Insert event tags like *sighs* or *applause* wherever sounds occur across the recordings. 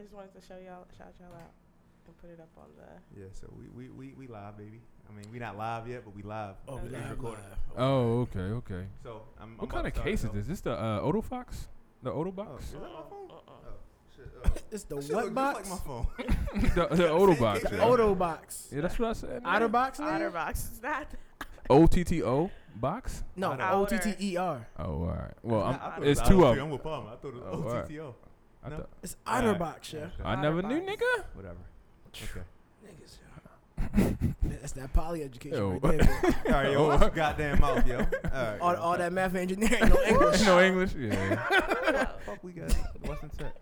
just wanted to show y'all, shout y'all out, and put it up on the. Yeah, so we we we, we live, baby. I mean, we not live yet, but we live. Oh, we Okay. live Recording. live. Oh, okay, okay. So I'm. What kind of case is this? This the uh, Odo Fox? The Odo box? Oh, Is that my phone? Uh-uh. Oh, shit. Uh, *laughs* It's uh, the that shit what look box? Just like my phone. *laughs* *laughs* the the Odo box. case. yeah. Odo box. Yeah, that's what I said. Outer box. nigga? Otterbox. *laughs* It's not. O T T O box. No, Outer. O T T E R. Oh, all right. Well, *laughs* I- I I'm, thought it it's was Outer two of Three. them. I'm with Palmer. I thought it Oh, was alright. OTTO. I, No. thought- It's Alright. outer box, yeah. Okay. I never knew, Otterbox. nigga. Whatever. Okay. Niggas, yeah. That's that poly education Yo. right there. man. All right, yo. Oh, *laughs* Watch your goddamn mouth, yo. All right. all, yo. all that math and *laughs* engineering, no English, *laughs* no English. Yeah. Fuck, we got Western Tech.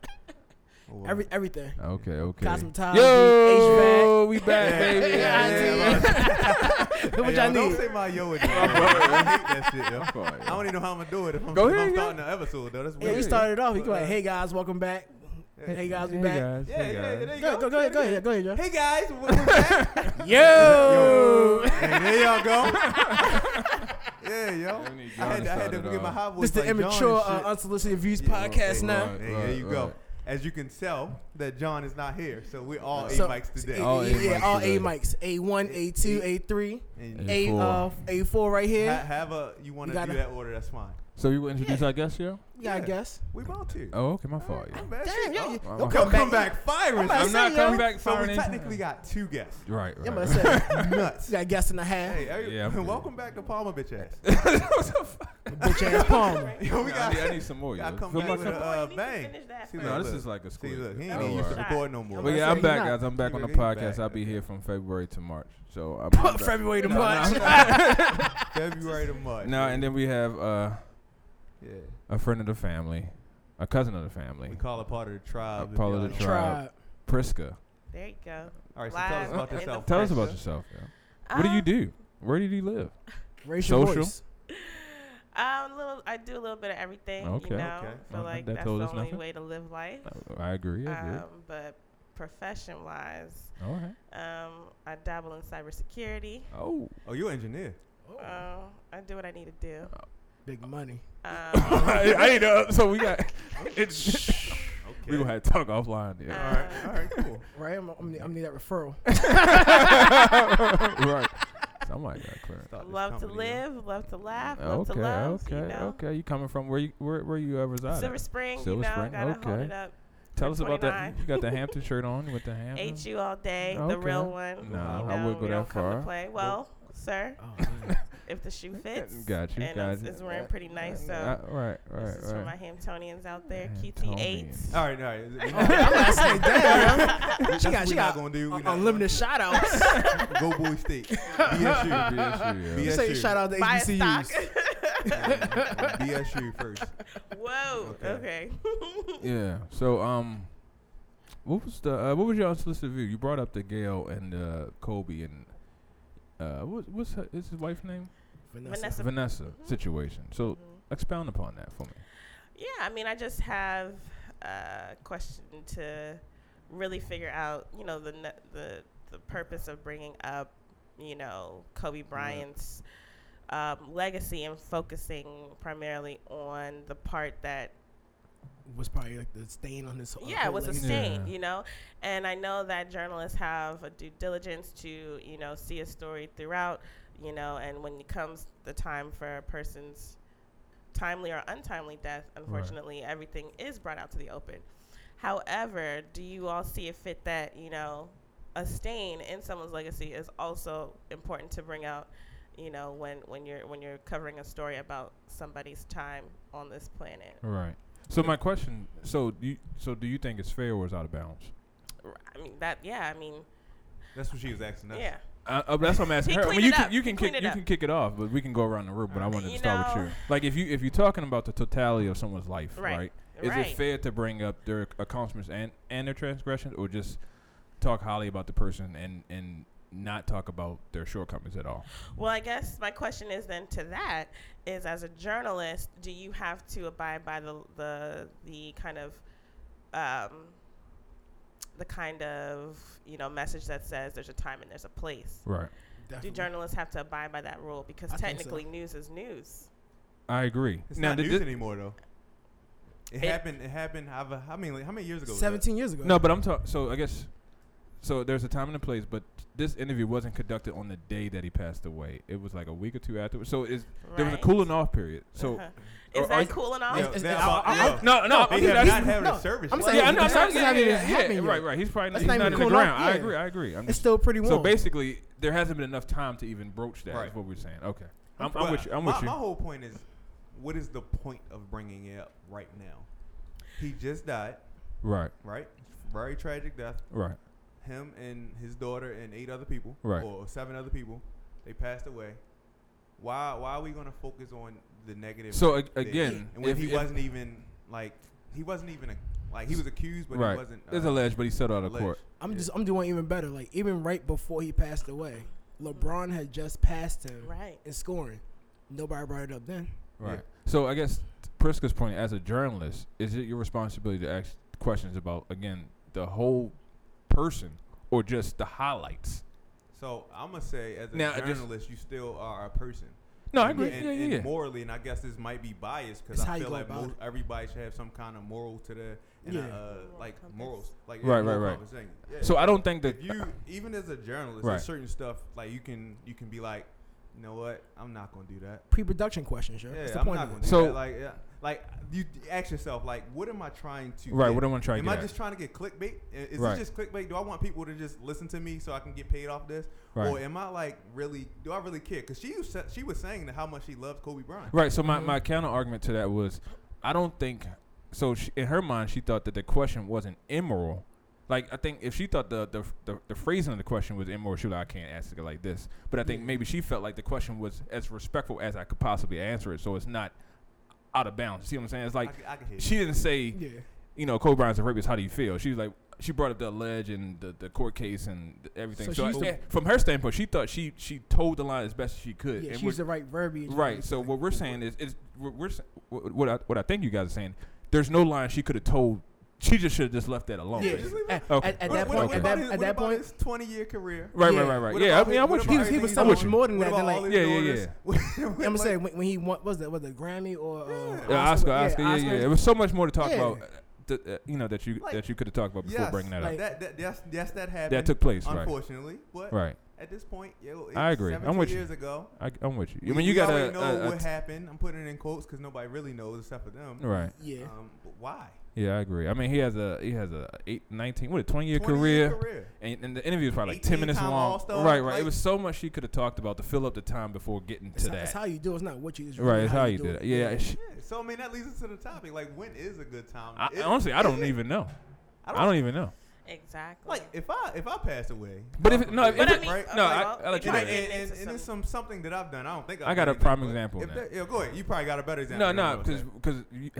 Oh, well. every *laughs* everything. okay. Okay. Cosmetology, HVAC. Yo, we back, Yeah, baby. *laughs* yeah, yeah, Yeah, yeah. *laughs* what Hey, y'all yo, Don't need? say my yo again. yo. I hate that shit, yo. Fuck, I don't even know how I'm gonna do it if I'm, Go if ahead, I'm yo. starting the episode though. That's Yeah, weird. we started off. You go Well, like, uh, hey guys, welcome back. Hey. Hey guys, we Hey, back. guys. Yeah, hey, yeah, guys. there you Go, go. go, go, ahead, go ahead, go ahead, Joe. Hey *laughs* guys, we're we're back. Yo, And there y'all go. *laughs* yeah, yo. We need I had, to, John to I had start to it get my off. high voice. this the like John and immature, uh, shit. unsolicited views Yeah, podcast right, now. right, Hey, there right, you go. right. As you can tell, that John is not here, so we're all So- eight mics today. Yeah, All A yeah, mics all today. A mics. A one, A two, A three, And Yeah. A A4. uh, A four right ha- here. have a you want You to do gotta- that order? That's fine. So you will introduce our guest, yo? Yeah, I yeah. guess. We both here. Oh, okay, my fault. Yeah. I'm bad. Damn, Shit, yeah, oh. yeah. I'm don't not come come back. back firing. I'm us. I'm not yo. coming back So firing. we anything. technically got two guests. Right. Yeah, right, but I right. said, *laughs* Nuts. you got a guest and a half. Hey, every, Yeah, *laughs* I'm welcome good. back to Palmer bitch ass. *laughs* Bitch ass Palmer. Yo, *laughs* we Nah, I, got. need, I need some more. Yo. gotta come Fill back my *laughs* with a uh, cup. Boy, you need to bang. finish that See, first. No, look, this look. is like a See, squid. look, he Oh, ain't even used to all right. record no more. But yeah, Yeah, I'm *laughs* he back, not. guys. I'm back He on the really back. podcast. I'll be here from February to March. *laughs* So I'm, I'm back. February to No, March. no, *laughs* February to March. Now and then we have uh, yeah, a friend of the family, a cousin of the family, we call it part of the tribe. Uh, if part of y'all the don't- tribe. Tribe. Priska. There you go. All right, so tell us Live about in the yourself. Tell us about Priska. yourself. yo. What do you Uh, do? Where do you live? Raise your Social. voice. Um, little, I do a little bit of everything. Okay. You know, Okay. feel Okay, like that that's the told only us nothing. Uh, way to live life. I I agree. I agree. Um, but profession wise, All right. um, I dabble in cybersecurity. *laughs* Oh, Oh, you're an engineer. Um, I do what I need to do. Oh, Big money. *laughs* Um, I, I ain't know. So *laughs* we got. *laughs* It's, We gonna have to talk offline. All Yeah. right, all right, cool. *laughs* Right? I'm, I'm, gonna- I'm gonna need that referral. Uh. right. *laughs* Somebody got clear. Start this love to company, yo. live, love to laugh, love Okay. to love. Okay. you know? Okay. You coming from where? You where? Where you uh, reside? Silver at? Spring, Silver you know, Spring, gotta hold okay. it up. Tell us about 29. that. You *laughs* got the Hampton shirt on with the Hampton. Ate you all day, the Mm-hmm. Okay. real one. No, you I wouldn't know, go we don't that come to far. Play. Well, sir, Oh, man. if the shoe fits, Got you, and got it's, you. it's wearing pretty nice. So Uh, right. Right. this is right. for my Hamptonians out there. QT eight. *laughs* Hamptonians. All right, all *laughs* right. We I'm not- not saying that. yo. that's She what got, we she not got gonna do. We *laughs* un- not unlimited shout outs. gonna- Go Boy *laughs* State. BSU. BSU, yeah. yeah. Yes, Say you. shout out to Buy a stock. HBCUs. Um, BSU first. Whoa. Okay. Okay. yeah. So um, what was the uh, what was your unsolicited view? You brought up the Gail and uh, Kobe and uh, what, what's her, is his wife's name? *laughs* Vanessa. Mm-hmm. That's a- Vanessa situation. So expound upon that for me. yeah, I mean, I just have a question to really figure out, you know, the ne- the the purpose of bringing up, you know, Kobe Bryant's um, legacy and focusing primarily on the part that was probably like the stain on his. yeah, it was a legacy. stain, Yeah. you know. And I know that journalists have a due diligence to, you know, see a story throughout, you know, and when it comes the time for a person's timely or untimely death, unfortunately, everything is brought out to the open. However, do you all see it fit that, you know, a stain in someone's legacy is also important to bring out, you know, when, when you're when you're covering a story about somebody's time on this planet? Right. So my question. So do you, so do you think it's fair or is out of bounds? R- I mean that yeah, I mean That's what she was asking us. yeah. Uh, uh, that's what I'm asking He her. I mean, cleaned you it can up. you He can cleaned kick it you up. can kick it off, but we can go around the room. But I wanted to You start with know- you. Like if you if you're talking about the totality of someone's life, right? Right. Is it Right. fair to bring up their accomplishments and and their transgressions, or just talk highly about the person and and not talk about their shortcomings at all? Well, I guess my question is then to that is as a journalist, do you have to abide by the the the kind of um, the kind of you know message that says there's a time and there's a place? Right. Definitely. Do journalists have to abide by that rule because I think so. technically news is news? I agree. It's now, not did news thi- anymore though. It, It- happened. It happened. How, how many? How many years ago? was that? Seventeen years ago. No, but I'm talking. So I guess. So there's a time and a place, but this interview wasn't conducted on the day that he passed away. It was like a week or two afterwards. So it's, there was a Right. cooling off period. *laughs* So Uh-huh. or is are that you- cooling off? Yeah, It's- they're it's- about- I- I- Oh, yeah. no, no, They I'm have saying- not having no, a service. I'm yet. saying- yeah, I know, I'm that's not- not yeah, even yeah, yeah, happened yet. right, right. He's probably That's he's not not, even in the cool off ground. I yet. agree. I agree. I'm it's just, still pretty warm. so basically, there hasn't been enough time to even broach that. Is Right. what we're saying. Okay, I'm, I'm Well, uh, with you. I'm my, with you. My whole point is, what is the point of bringing it up right now? He just died, Right, right? Very tragic death. right, Him and his daughter and eight other people, Right. or seven other people, they passed away. Why? Why are we going to focus on the negative? So, ag- thing? again, and when if- he if- wasn't even like he wasn't even a, like he was accused, but he right. wasn't. uh, it's alleged, but he settled out of alleged. court. I'm just I'm doing even better. Like even right before he passed away, LeBron had just passed him Right. in scoring. Nobody brought it up then. Right. Yeah. So I guess Priska's point, as a journalist, is it your responsibility to ask questions about again the whole person or just the highlights? So I'm gonna say, as a Now, I just- journalist, you still are a person. No, I And- agree. And, yeah, yeah, and yeah. morally, and I guess this might be biased It's because how I you feel go like about most, everybody should have some kind of moral to the and Yeah. uh, like Compass. morals, like Right, a moral right, right. compass thing. Yeah. So I don't think that if you even as a journalist, Right. there's certain stuff like you can you can be like, you know what, I'm not gonna do that. Pre-production questions, sure. Yeah, That's the I'm point not of gonna it. do So- that. Like, yeah, like you ask yourself, like, what am I trying to? right. get? What I want to try to Am I get. just trying to get clickbait? I- Is Right. it just clickbait? Do I want people to just listen to me so I can get paid off this, Right. or am I like really? Do I really care? Because she was, sa- she was saying that how much she loves Kobe Bryant. at. Right. So my, my counter argument to that was, I don't think. So she, in her mind, she thought that the question wasn't immoral. Like I think if she thought the the, the, the phrasing of the question was immoral, she was like, I can't ask it like this. But I think maybe she felt like the question was as respectful as I could possibly answer it, so it's not out of bounds. See what I'm saying? It's like I, c- I can hear. she didn't say, Yeah. you know, Kobe Bryant's a rapist. How do you feel? She was like, she brought up the allege and the, the court case and th- everything. So So, she used I- to- from her standpoint, she thought she she told the line as best as she could. Yeah, and she we're- used the right verbiage. and right. So everything. what we're saying is, is we're, we're s- wh- what I, what I think you guys are saying. There's no line she could have told. She just should have just left that alone. Yeah. basically. Just leave it. At, Okay. at, at What- that what point, at about that, his- at what that about point, his twenty-year career. Right, Yeah. right, right, right. What Yeah, about I mean, I'm his- with what you. he about was, he everything was he's so I'm much with you. more than that. What than about all like, his Yeah, yeah, daughters? *laughs* yeah. What I'm gonna about- say when, when he won, what was that? Was it Grammy or uh, Uh, Oscar, Oscar, yeah, yeah. It was so much more to talk Yeah. about. Uh, th- uh, you know that you Like, that you could have talked about before yes, bringing that up. like- that, that, yes, yes, that happened. that took place, right? unfortunately. But Right. at this point, yo, it's I agree. I'm 17 with you. years ago. I, am with you. We- I mean, you we got already a, know a- a what t- happened. I'm putting it in quotes because nobody really knows except for them. right. Yeah. Um, but why? Yeah, I agree. I mean, he has a he has a eight, 19, what a twenty year 20 career, year career. And, and the interview was probably like ten 18 minutes time long. All-Star, right, right. like- it was so much he could have talked about to fill up the time before getting It's, to how, it's that. how you do. it. It's not what you. It's right, really it's how you do it. that. Yeah, sh- Yeah, *laughs* So I mean that leads us to the topic. Like, when is a good time? I, Is- honestly, I is don't it- even know. I I don't- don't, even know. Exactly. Like, if I if I pass away, But God if it- no, if forbid, But I mean- right? no, okay, I, well, I let it might And, you know. that. be- and, and, and it's some something that I've done. I don't think I've I got done a anything, prime but example now. If that, yeah, go ahead. You probably got a better example. No, than no, what I'm *laughs* because saying.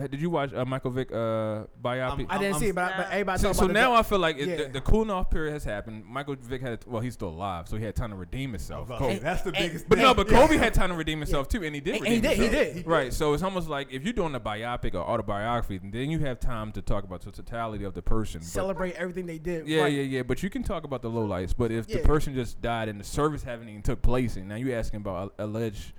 did you watch uh, Michael Vick uh, biopic? Um, I didn't I'm- see it, but, I, I'm- but everybody. so talked so about the now doc- I feel like it, Yeah. the, the cooling off period has happened. Michael Vick had well, he's still alive, so he had time to redeem himself. Fuck, Kobe- that's the and- biggest. But *laughs* no, thing. but Yeah. Kobe had time to redeem himself too, and he did. And- and redeem he did. He himself. did. Right. So it's almost like if you're doing a biopic or autobiography, then you have time to talk about the totality of the person. but- celebrate everything they did. yeah, right. yeah, yeah. But you can talk about the lowlights. But if Yeah. the person just died and the service haven't even took place, and now you're asking about a- alleged,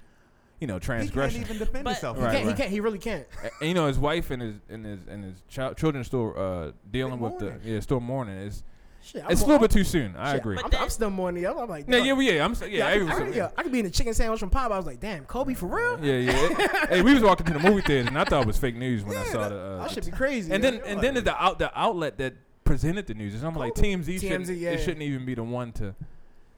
you know, He can't transgression. even defend But- himself. He Right, can't. He right. can't. He really can't. A- and, you know, his wife and his and his and his child, children still uh, dealing with the mourning. yeah, still mourning. It's Shit, it's a more- little bit too soon. I shit, agree. I'm, But I'm then- still mourning. I'm, I'm like, Yeah, dog, yeah, well, yeah. I'm s- yeah. I could- I everyone's- could, yeah, I could be in a chicken sandwich from Popeye. I was like, damn, Kobe for real? *laughs* Yeah, yeah. hey, we was walking to the movie theater, and I thought it was fake news when I Yeah, saw that- the. Uh, I should be crazy. and man. then and then the out the outlet that presented the news is I'm like TMZ, shouldn't, TMZ, yeah. it shouldn't even be the one to.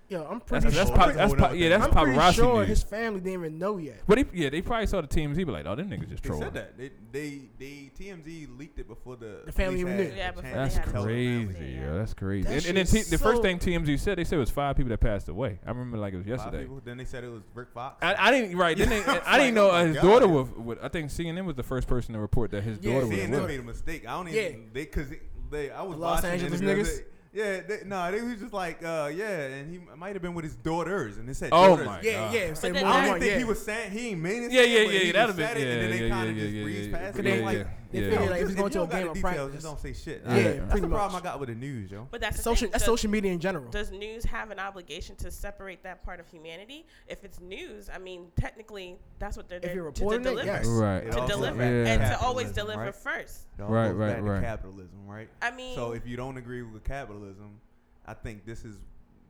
yo, I'm That's pretty. that's, sure. pop, that's pop, yeah, that's I'm pretty paparazzi sure news. his family didn't even know yet. but they, yeah, they probably saw the TMZ, be like, oh, them niggas just They trolling. said that they, they they TMZ leaked it before the, The family police even had knew. a Yeah, before they chance That's to had tell the family, crazy, yeah. yo. That's crazy. That and and then shit's t- the first so- thing TMZ said, they said it was five people that passed away. I remember like it was Five yesterday. people. Then they said it was Rick Fox. I, I didn't *laughs* right. Then they, Yeah, I was I like, didn't oh know uh, my his God. daughter was, was. I think CNN was the first person to report that his Yeah, daughter was. CNN with. made a mistake. I don't even they because they I was The Los watching Angeles interviews, niggas? they- Yeah, they, no, they was just like, uh, yeah, and he might have been with his daughters, and they said, Oh daughters. my Yeah, God. yeah. Say then more I that- than don't one. think Yeah, he was saying he ain't mean it. Yeah, yeah, yeah, He that'd just have said been- it, and then yeah, they yeah, kind of yeah, just yeah, breezed yeah, past yeah, it. I'm yeah, like, yeah. yo, They Yeah. figure No, like if Just- it's going you to a don't got game the of details, practice. Just don't say shit. Yeah, That's pretty the problem much. I got with the news, yo. But that's the Social thing. that's does- social media in general. does news have an obligation to separate that part of humanity? If it's news, I mean, technically, that's what they're If there to, you're to reporting it, deliver. yes. Right. It To all goes deliver back Yeah. and to always capitalism, deliver right? first. It all Right, goes right, back to right. Capitalism, right? I mean, so if you don't agree with capitalism, I think this is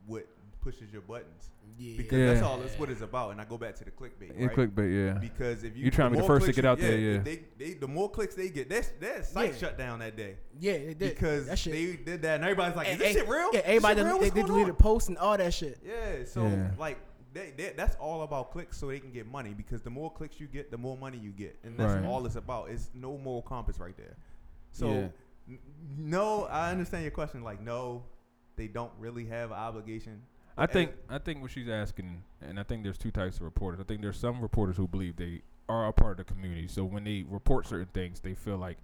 what pushes your buttons Yeah. because that's Yeah. all that's what it's about. And I go back to the clickbait, Yeah, right? clickbait, yeah. Because if you You tryna be the more first to clicks get you out there, yeah. if They, they, the more clicks they get, that's that site Yeah. shut down that day Yeah, they did. because that shit. they did that, and everybody's like, "Is Eh, this eh, shit real?" Yeah, This shit everybody real? they What's did going on?" deleted posts and all that shit. Yeah, so Yeah. like they, they, that's all about clicks, so they can get money because the more clicks you get, the more money you get, and that's Right. all it's about. It's no moral compass right there. So Yeah. n- no, I understand your question. Like no, they don't really have an obligation. I think I think what she's asking, and I think there's two types of reporters. I think there's some reporters who believe they are a part of the community, so when they report certain things, they feel like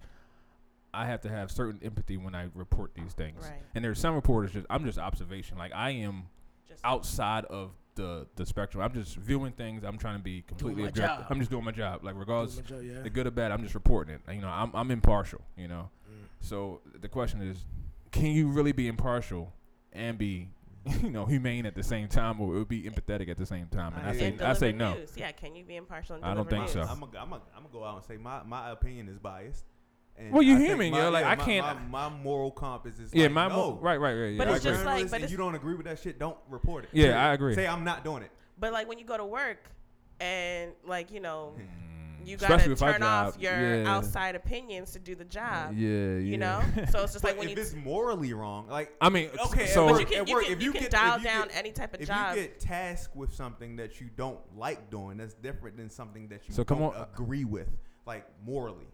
I have to have certain empathy when I report these things. Right. And there's some reporters just I'm just observation. Like I am just outside of the the spectrum. I'm just viewing things. I'm trying to be completely my objective. job. I'm just doing my job. Like regardless Yeah. the good or bad, I'm just reporting it. You know, I'm I'm impartial. You know, Mm. so the question is, can you really be impartial and be, *laughs* you know, humane at the same time, or it would be empathetic at the same time? And I And say and I say deliver no. News. Yeah, can you be impartial? And I don't deliver think news? so. I'm gonna I'm gonna I'm go out and say my, my opinion is biased. And Well, you I think human, my- yo, like, yeah, I my- can't- My, my moral compass is Yeah, like, my mo- no. right, right, right. Yeah, But I But it's agree. just like- but if it's- you don't agree with that shit, don't report it. Yeah, I agree. Say I'm not doing it. But like when you go to work, and like you know, Mm, you especially gotta with our turn off job. your Yeah. outside opinions to do the Yeah, job. yeah. You *laughs* know, so it's just But like when if you. it's morally wrong, like I mean, Okay, at so but work- you can, at you work, can, if you you can get- if dial you down get- any type of if job. you get tasked with something that you don't like doing, that's different than something that you So come don't on- agree with, like morally.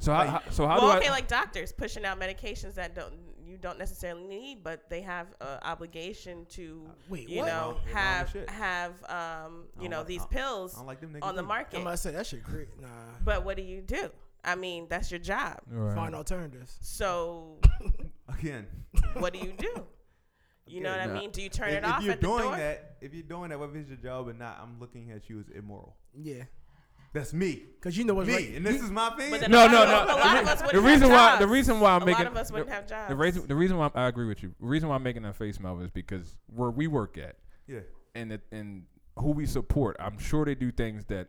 so how, how so how well, do okay, I? like doctors pushing out medications that don't you don't necessarily need, but they have uh, obligation to Wait, you what? know Uh, Wrong- wrong have shit. have um I you don't know like- these I don't- pills I don't like them niggas. on the either. market. I'm about to say that shit great. Nah, But what do you do? I mean, that's your job. Right. find alternatives. So Again, what do you *laughs* do? You know what Okay, I nah. mean? Do you turn if, it if off you're at the doing door? that, if you're doing that, whether it's your job or not, I'm looking at you as immoral. Yeah, That's me, because you know what's me, right. and this is my thing. But then No, a lot no, of no. us- A lot of The us the wouldn't reason have why jobs. the reason why I'm a making lot of us the- wouldn't have jobs. the reason the reason why I agree with you. The reason why I'm making that face, Melvin, is because where we work at, yeah, and it, and who we support, I'm sure they do things that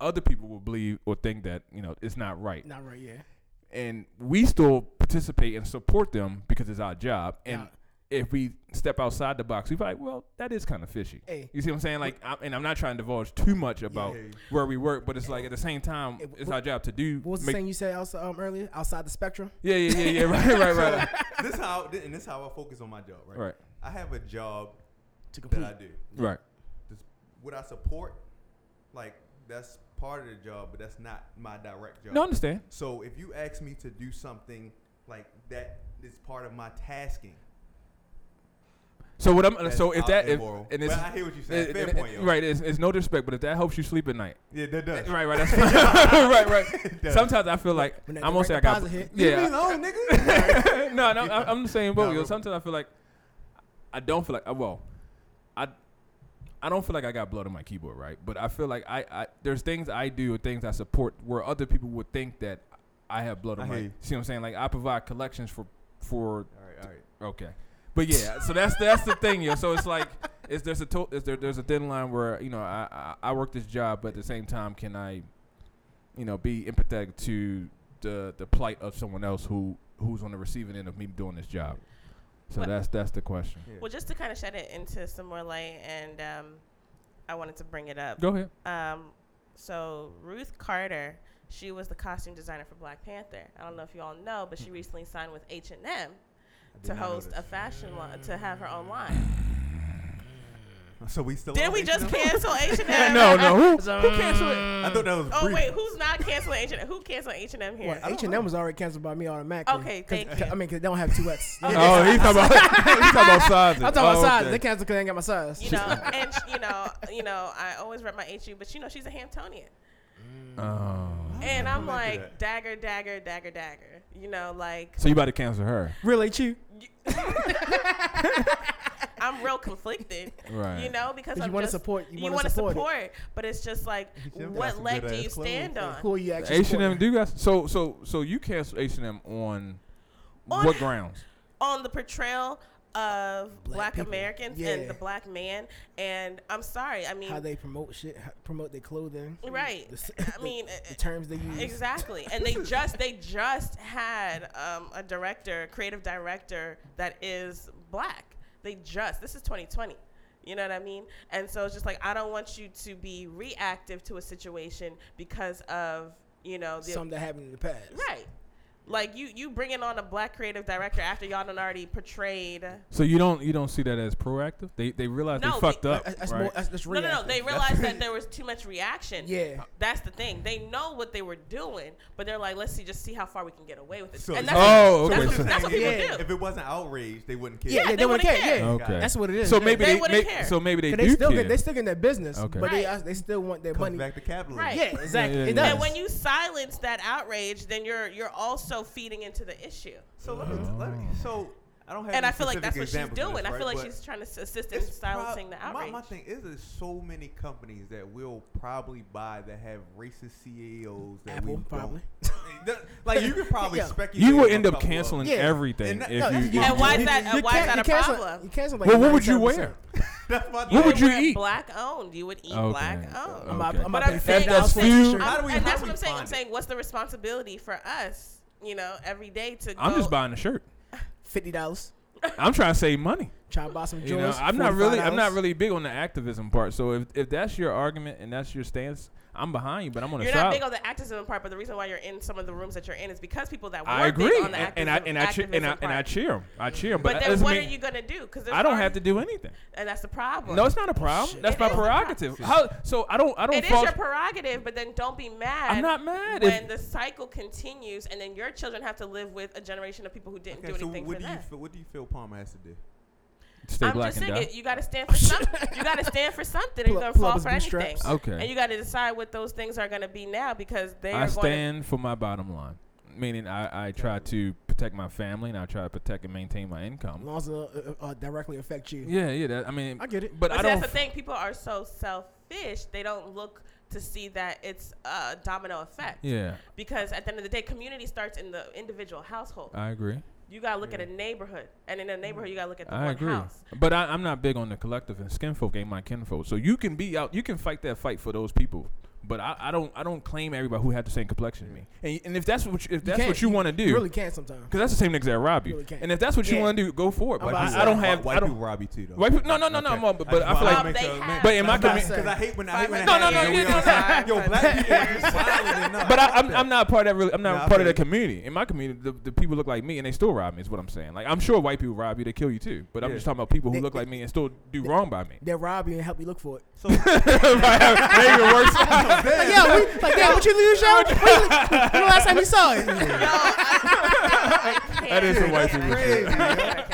other people will believe or think that you know it's not right, Not right. Yeah, and we still participate and support them because it's our job. And Yeah. if we step outside the box, we be like, well, that is kind of fishy. Hey. You see what I'm saying? Like, I'm, and I'm not trying to divulge too much about Yeah, yeah. where we work, but it's like at the same time, Hey, wh- it's our job to do. what was the make- thing you said also, um, earlier? Outside the spectrum. yeah, *laughs* yeah, yeah, yeah. right, right, right, this how and this how I focus on my job, right? Right. I have a job To that complete. I do. right. This, what I support, like that's part of the job, but that's not my direct job. No, I understand. So if you ask me to do something like that is part of my tasking. So what I'm Uh, so that's if that out if, immoral. and it's But I hear what you're saying. it- Fair it- point, yo. right, it's, it's no disrespect, but if that helps you sleep at night, Yeah, that does. Right, right. That's *laughs* right, *laughs* right. does. Sometimes I feel like When that I'm gonna say I direct got deposit hit. Leave me yeah. alone, *laughs* nigga. no, no, I- I'm the same *laughs* Nah, boat. Yo, real- sometimes I feel like I don't feel like I- well, I I don't feel like I got blood on my keyboard, right? But I feel like I, I there's things I do and things I support where other people would think that I have blood on I my. hear you. See what I'm saying? Like I provide collections for for all right, all right. Okay. But yeah, so that's that's the thing, yo. So it's like, is there's a to- is there there's a thin line where you know I, I I work this job, but at the same time, can I, you know, be empathetic to the the plight of someone else who who's on the receiving end of me doing this job? So What- that's that's the question. Yeah. Well, just to kind of shed it into some more light, and um, I wanted to bring it up. Go ahead. Um, so Ruth Carter, she was the costume designer for Black Panther. I don't know if you all know, but she recently signed with H and M I did to not know host this. a fashion line to have her own line. *laughs* So we still. Did on we just H&M? cancel H and M? *laughs* no, no. Who, who canceled it? I thought that was. Oh brief. wait, who's not canceling H and M? Who canceled H and M here? Well, H and M was already canceled by me automatically. Okay, 'Cause- thank 'cause- you. I mean, 'cause they don't have two *laughs* *laughs* X. Yeah. Oh, he's talking about *laughs* he's talking about sizes. I'm talking about Oh, size. okay. They canceled because they ain't got my size. You know, and sh- you know, you know, I always rep my HU, but you know, she's a Hamptonian. Oh. And I'm Who might do like, dagger, dagger, dagger, dagger. You know, like, So you about to cancel her? really cheap. I'm real conflicted. Right. You know, because But I'm you want to just- support. You, You want to support. it. but it's just like, You should have what some leg do good-ass you clothes. stand on? Who are you actually? H and M supporting? do you guys? So so so you cancel H and M on, On- what grounds? on the portrayal of Black black, people. Americans Yeah. and the black man. And I'm sorry, I mean, How they promote shit? How, promote their clothing? Right. The s- I *laughs* the- mean, e, the terms they use. exactly. And they just they just had um, a director, creative director that is black. They just this is 2020. You know what I mean? And so it's just like I don't want you to be reactive to a situation because of you know the Something that happened in the past. right. Like you, you bringing on a black creative director after y'all done already portrayed So you don't you don't see that as proactive? They they realize No, they they- fucked up, That's, that's Oh, right? more. That's, that's No, no, no. reactive. They realized *laughs* that there was too much reaction. Yeah. That's the thing. They know what they were doing, but they're like, let's see, just see how far we can get away with it. So- and Oh, that's okay, what, so- that's what people Yeah. do. If it wasn't outrage, they wouldn't care. Yeah, Yeah, yeah, they they wouldn't wouldn't care. care. Yeah, okay. that's what it is. so yeah. maybe They they, wouldn't may- care. so maybe they, 'Cause do still care. get- they still get their business, Okay. but they Right. uh, they still want their Comes money. back to capitalism. Right. Yeah, exactly. yeah, it yeah. does. And when you silence that outrage, then you're you're also feeding into the issue. So let me, let me. So I don't have. And any I feel like specific that's what she's examples of doing. this, I feel right? like But she's trying to s- assist in it's prob- silencing the my- outrage. My, thing is, there's so many companies that will probably buy that have racist CEOs that we Apple don't- probably. That- like you could probably Yeah. speculate. you would on end a up couple of canceling Yeah. everything And that- if no, you. that's- you And uh, why is You- that- you why is can- that a you cancel- problem? You cancel like Well, what would you 97%. wear? them. That's my What You thing. would you wear eat? Black owned. You would eat Okay. black owned. I'm about, Okay. I'm But I'm about to saying, If fifty that's I'm dollars few- saying, How do we- I'm- and how that's do what we I'm saying. I'm find it? saying, what's the responsibility for us? You know, every day to. I'm go- just buying a shirt. Fifty dollars. I'm trying to save money. Try to buy some jewels. You know, I'm not really I'm not $45. really big on the activism part. So if, if that's your argument and that's your stance, I'm behind you. But I'm on the You're side. not big on the activism part, but the reason why you're in some of the rooms that you're in is because people that were I agree, big on the and, and activism, I and I, cheer, and I activism and I part. cheer him. I cheer But, him, but, that then doesn't what mean are you gonna do? Because I don't have to do anything. and that's the problem. No, it's not a problem. shit. That's It my is a pro- prerogative. How, so I don't I don't It is fault. your prerogative, but then don't be mad. I'm not mad When if- the cycle continues, and then your children have to live with a generation of people who didn't Okay, do so anything what for do you them. feel? What do you feel Palmer has to do? Stay I'm black just and saying die. it. You got to *laughs* stand for something. you got to stand for something, and Pull you're gonna up- pull up fall his for anything. bootstraps. Okay. And you got to decide what those things are gonna be now, because they I are going. stand for my bottom line, meaning I, I try to protect my family and I try to protect and maintain my income. Laws will uh, uh, directly affect you. Yeah, yeah. That, I mean, I get it. but But I see, don't. that's the thing. People are so selfish; they don't look to see that it's a domino effect. Yeah, Because at the end of the day, community starts in the individual household. I agree. You gotta look at a neighborhood, and in a neighborhood, you gotta look at the I one agree. house. But I, I'm not big on the collective and skinfolk ain't my kinfolk. So you can be out, you can fight that fight for those people. But I, I don't, I don't claim everybody who had the same complexion as me. And, and if that's what, you, if that's can't. what you want to do, You because really can sometimes. that's the same niggas that rob you. Really can't. and if that's what you Yeah. want to do, go for it. But about to I, say, I don't Why- have, why I don't. people rob you too though. White people, no, no, no, no, Okay. no. But, but just I feel wanna like, Rob, make they sure- have- *laughs* but in my That's what I community, said, Cause I hate when I hate Five when minutes. No, no, that no, happens. yeah, yeah. Yo, black people are just silent *laughs* and not But I, like I'm, that. I'm not part of that. Really, I'm not Nah, I part of feel that community. In my community, the, the people look like me and they still rob me. Is what I'm saying. Like I'm sure white people rob you, they kill you too. But I'm Yeah. just talking about people who They- look like me and still do wrong *laughs* by me. *laughs* They rob you and help you look for it. So yeah, Maybe *laughs* even worse. Like, yeah, we, like, yeah, what you leave *laughs* the show? When you- when the last time you saw it? *laughs* *laughs* That is some white people shit. *laughs*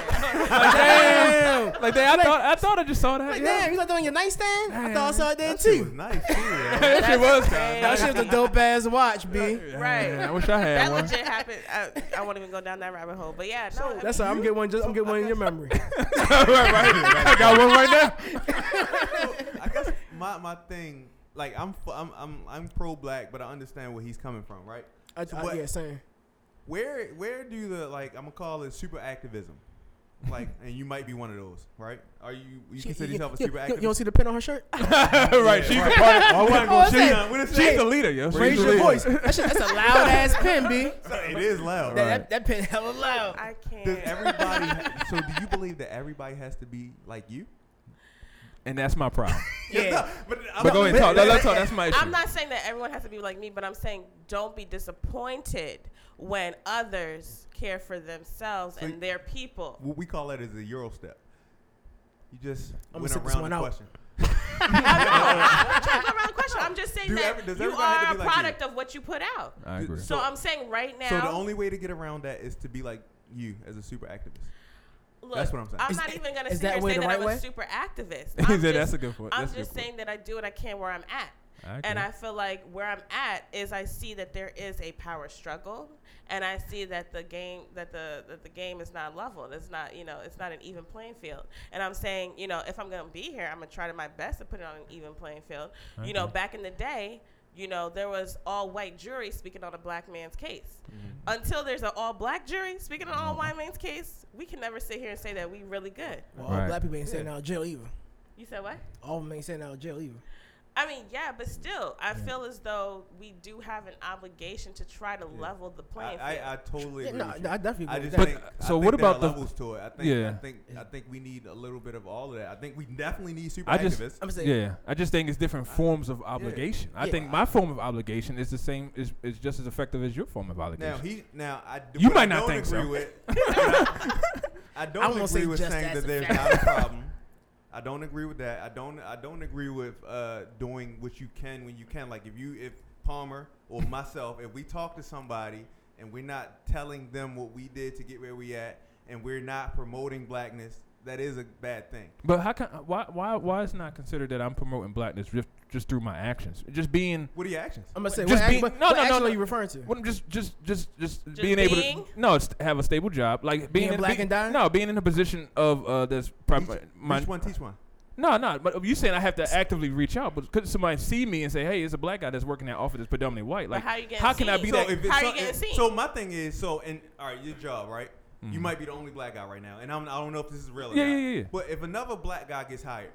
Like, damn. Like, damn, I thought I thought I just saw that. Like, yeah. damn, you left that on your nightstand? I thought I saw it there that shit was too. nice too. yo. That shit was. That shit was a dope ass watch, B. Right. Yeah, I wish I had That one. legit happened. I, I won't even go down that rabbit hole. But yeah, no, I That's mean, all. I'm getting one. Just, I'm getting one in your memory. *laughs* Right, right. I got one right now. So, I guess my, my thing, like I'm fu- I'm I'm I'm pro black, but I understand where he's coming from, right? I, I, What- yeah, same. Where where do the like I'm gonna call it super activism, like and you might be one of those, right? Are you you consider yourself a Yeah, super yeah, activist? you, you don't see the pin on her shirt? *laughs* right. She's a part. I wasn't Oh, I gonna said- say that. What is She's that? the leader, yo. Raise She's the your leader. voice. That shit, that's a loud ass pin, B. *laughs* So It is loud. Right. That, that pin hella loud. I Does can't. everybody? ha- so do you believe that everybody has to be like you? And that's my problem. Yeah. *laughs* But, I'm But go ahead, talk. Let- Let's talk. That's my issue. I'm not saying that everyone has to be like me, but I'm saying don't be disappointed when others care for themselves So you- and their people. *laughs* What we call that is a euro step. You just I'ma went sit this around one the out. question. I'm trying to go around the question. I'm just saying Do that every- does you everybody have are a to be like you? product of what you put out. I agree. So I'm saying right now. So the only way to get around that is to be like you as a super activist. Look, That's what I'm saying. I'm Is not that- even gonna is sit that here and way say the that right I'm *laughs* way? a super activist. He I'm said, just, *laughs* "That's a good point. I'm That's a just good point." saying that I do what I can where I'm at. And I feel like where I'm at is I see that there is a power struggle, and I see that the game that the that the game is not level. It's not you know it's not an even playing field. And I'm saying you know if I'm gonna be here, I'm gonna try to my best to put it on an even playing field. You know, Okay. back in the day, you know there was all white jury speaking on a black man's case. Until there's an all black jury speaking on an all white man's case, we can never sit here and say that we really good. Well, all Right. black people ain't Yeah. sitting out of jail either. You said what? All of them ain't sitting out of jail either. I mean, yeah, but still, I feel as though we do have an obligation to try to Yeah. level the I, playing field. I, I totally Yeah, agree. no, with you. no, I definitely I agree with just that. But, think. uh, I so think what there are about the- levels to it? I think. Yeah. I think. I think we need a little bit of all of that. I think we definitely need super I just- activists. I'm saying, yeah, I just think it's different forms of obligation. I Yeah, think I- my form of obligation is the same is, is just as effective as your form of obligation. Now he. Now I. You what might I not don't think agree so. *laughs* With, I, I don't I won't say agree with just saying as that there's *laughs* not a problem. I don't agree with that. I don't. I don't agree with uh, doing what you can when you can. Like if you, if Palmer or myself, if we talk to somebody and we're not telling them what we did to get where we at, and we're not promoting blackness, that is a bad thing. But how can why why why is not considered that I'm promoting blackness just just through my actions? Just being What are your actions? I'm gonna say, Just what, being- act- what, no, what no, no, action no. are you referring to? Well, just, just, just, just, Just being, able being? to no, st- have a stable job, like being, Being in, black be- and dying? No, being in a position of uh, that's Teach- probably my, teach one, teach one. no, no. But you saying I have to actively reach out, but could somebody see me and say, "Hey, it's a black guy that's working that office that's predominantly white"? But Like, how you getting how can I seen? be So that? if- it's How you some- getting if- seen? So my thing is, so and all right, your job, right? You Mhm. might be the only black guy right now, and I'm, I don't know if this is real. Or Yeah, not, yeah, yeah. But if another black guy gets hired,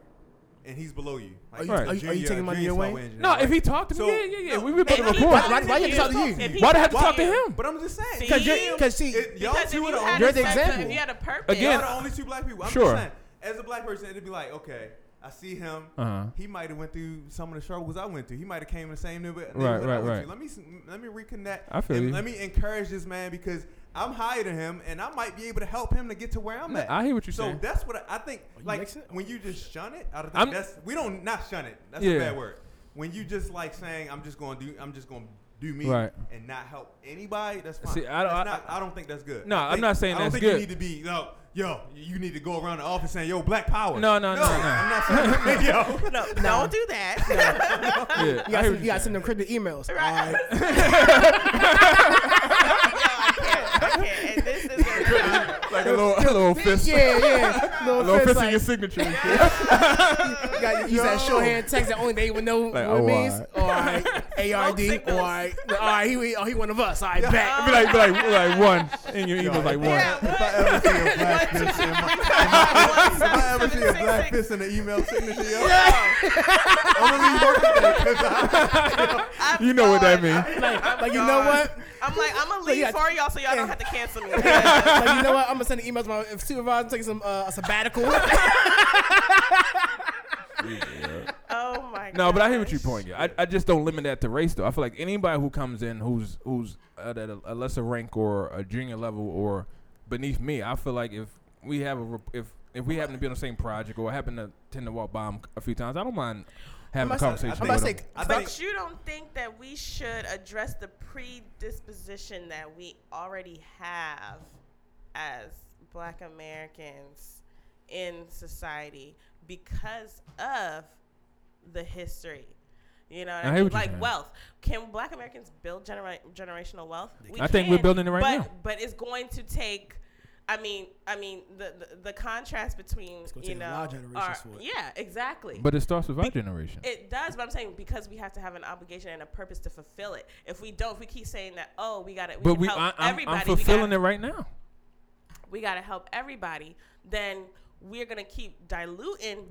and he's below you, Are you- he's are a you- are you junior- taking money junior away? software engineer, no, if right? he talked to So- me, yeah, yeah, yeah, no, we would put a If he report. talks Why- to why you talk to you? if he Why do I have to talks talk to him? But I'm just saying, See? Because you're, because see, it- y'all Because if two are you the had only, You're a the sense of- example. If you had a purpose, Again, y'all the only two black people. I'm Sure. just saying, as a black person, it'd be like, okay, I see him. Uh-huh. He might have went through some of the struggles I went through. He might have came in the same neighborhood. Right, neighborhood right, I went right. to. Let me s- let me reconnect. I feel and you. Let me encourage this man because I'm higher than him, and I might be able to help him to get to where I'm No, at. I hear what you're so saying. that's what I, I think. you Like mix it? when you just shun it, I don't think I'm- that's we don't not shun it. That's Yeah. a bad word. When you just like saying I'm just going to do I'm just going to do me Right. and not help anybody. That's fine. See, I don't- That's I- not- I don't think that's good. No, I I'm think- not saying I don't that's think good. you need to be yo, yo. You need to go around the office saying yo, black power. No, no, no, no. I'm not saying *laughs* yo. no, don't do that. yeah, you I gotta, send, you hear what you're gotta send saying. them cryptic emails. Right. All right. no, I can't. I can't. And this is *laughs* a- like a little, a little fist, yeah, yeah. a Little, little fist fist, in like, your signature. and shit. you gotta use that Yo. shorthand text that only they would know Like, what oh, it means. alright. All right, ARD. signals. All right, all right. He, oh, he one of us. All right, back. be like, be like, be like one, and your email's like one. Yeah, If I ever *laughs* see a black fist in my, *laughs* if I ever see a black fist in the email signature, yo, I'm gonna be working there 'cause I- You know what that means. Like, like, you know what? I'm like, I'm gonna leave yeah. for y'all so y'all don't have to cancel *laughs* me. Like, you know what? I'm gonna send an email to my if supervisor. I'm taking some uh, a *laughs* sabbatical. oh my. No, but I hear what gosh. you're pointing. at. I, I just don't limit that to race though. I feel like anybody who comes in who's who's at a, a lesser rank or a junior level or beneath me, I feel like if we have a rep- if if we happen to be on the same project or happen to tend to walk by 'em a few times, I don't mind having a about to- *laughs* conversation I'm with about to 'em. say, I think But you don't think that we should address the predisposition that we already have as black Americans in society because of the history? You know, what I, I hear mean? what you're like saying. wealth. Can black Americans build genera- generational wealth? We I think we're building it right but, now. But it's going to take. I mean, I mean the the, the contrast between gonna you take a know, lot of generations our- for it. yeah, exactly. But it starts with our generation. It does, but I'm saying because we have to have an obligation and a purpose to fulfill it. If we don't, if we keep saying that, oh, we got to, we but can we, help I, I'm, everybody. I'm fulfilling we gotta, it right now. We got to help everybody. Then we're gonna keep diluting,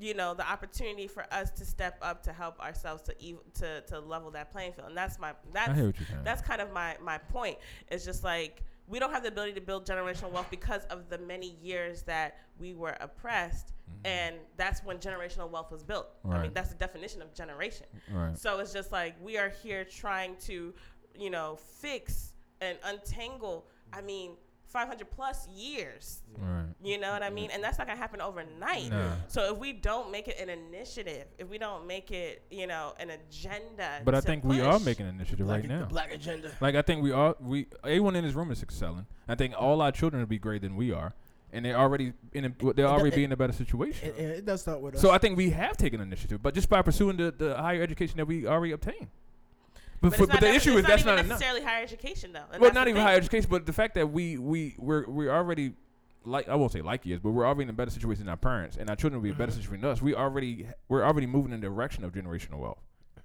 you know, the opportunity for us to step up to help ourselves to ev- to to level that playing field. And that's my that's I hear what you're saying. that's kind of my my point. It's just like we don't have the ability to build generational wealth because of the many years that we were oppressed, and that's when generational wealth was built. I mean, Mm-hmm. Right. that's the definition of generation. Right. So it's just like we are here trying to, you know, fix and untangle. I mean, 500 plus years. Right. You know what I mean? And that's not gonna happen overnight. No. So if we don't make it an initiative, if we don't make it, you know, an agenda. But I to think we are push- making an initiative right Like, now. The black agenda. Like I think we all we everyone in this room is excelling. I think all our children will be greater than we are. and they're already in a, they're It do- already it- be in a better situation. It, it does start with us. So I think we have taken initiative, but just by pursuing the, the higher education that we already obtained. But, it's for- not but the nec- issue it's is that's even not enough. necessarily higher education though. and Well, that's not the even thing. higher education, but the fact that we we we're we're already like I won't say like years, but we're already in a better situation than our parents, and our children will be in a Mm-hmm. better situation than us. We already we're already moving in the direction of generational wealth.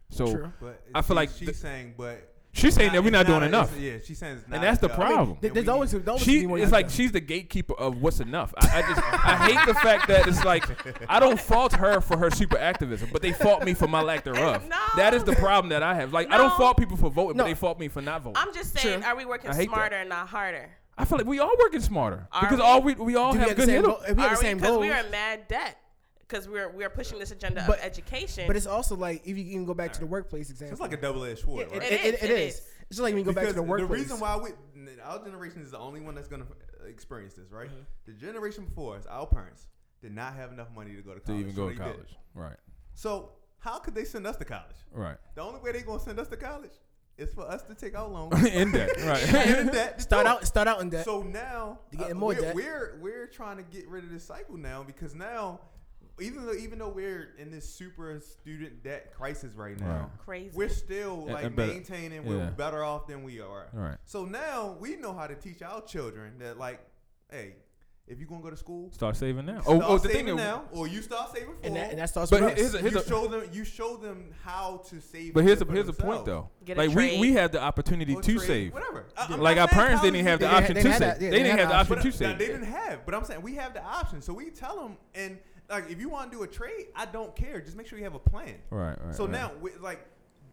So True. But I feel she- like she's th- saying, but she's saying that we're it's not doing a- enough, it's- Yeah, she's saying it's not. and that's the enough. problem. Th- there's we always, need- there's always She gonna be more it's like young. she's the gatekeeper of what's enough. I, I just I hate the fact that it's like I don't fault her for her super activism, but they fault me for my lack thereof. *laughs* No. That is the problem that I have. Like I don't No. fault people for voting, No. but they fault me for not voting. i I'm just saying, Sure. are we working I hate that. smarter and not harder? feel like we all working smarter Are because we? all we we all Do we have have the good same handle. goal- if we have the same because we goals. are in mad debt because we're we're pushing this agenda But- of education. But it's also like if you even go back to the workplace example. It's like a double-edged sword. it, right? it, it, it is. It's just like when you go back to Because the workplace. reason why we, n- our generation is the only one that's going to experience this, right? Mm-hmm. The generation before us, our parents, did not have enough money to go to college. to even go to Really college. didn't. Right. So how could they send us to college? Right. The only way they're going to send us to college is for us to take out *laughs* loans. In that. *laughs* Right. and *laughs* that to start do it. out, start out in that. So now To get uh, more we're, debt. we're we're trying to get rid of this cycle now because now even though even though we're in this super student debt crisis right now, Right. crazy. we're still And- like and better- maintaining yeah. we're better off than we are. Right. So now we know how to teach our children that like, hey, if you're gonna go to school, Start saving now. start Oh, oh, the saving thing that, now, or you start saving for. and, that, and that starts But with us. here's a- here's you a- show them you show them how to save. but here's a for here's a point themselves. though. Get a Like we, trade. we had the opportunity Or to trade, save. Whatever. I- I'm Like not our saying parents didn't college even have is the had- option they to had save. that- yeah, They didn't have the option But to now, they save. didn't have. But I'm saying we have the option, so we tell them. And like, if you want to do a trade, I don't care. Just make sure you have a plan. Right. Right. so right. now, we, like,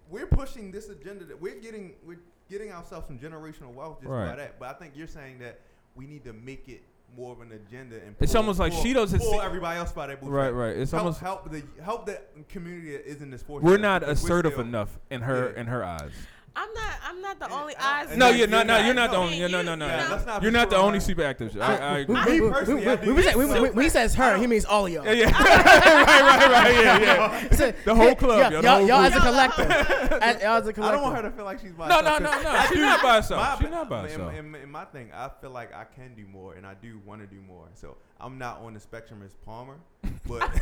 we're pushing this agenda that we're getting we're getting ourselves some generational wealth just by Right. that. But I think you're saying that we need to make it more of an agenda and It's pull- almost like pull- she doesn't pull see- everybody else by their Right. bootstraps. Right. It's Help, almost help the help the community that isn't this we're not assertive enough. enough in her Yeah. in her eyes. I'm not. I'm not the And- only and- eyes. and No, that's- you're not. No, you're you're not- not the only. you- No, no, no. you Yeah, no. let's not You're not the put only on- super active. I, *laughs* I agree. we- me personally, I do when we this say- when- so when- when he says her, he means all of y'all. Yeah, *laughs* yeah. right, right, right. Yeah, yeah. He said- The whole y'all, club, y'all, the whole y'all as a group. collective. *laughs* as, y'all as a collective. I don't want her to feel like she's by No, herself, no, 'cause no, no. I She's do- not by herself. my- She's not by in- herself. In, in my thing, I feel like I can do more, and I do want to do more. So I'm not on the spectrum as Palmer, but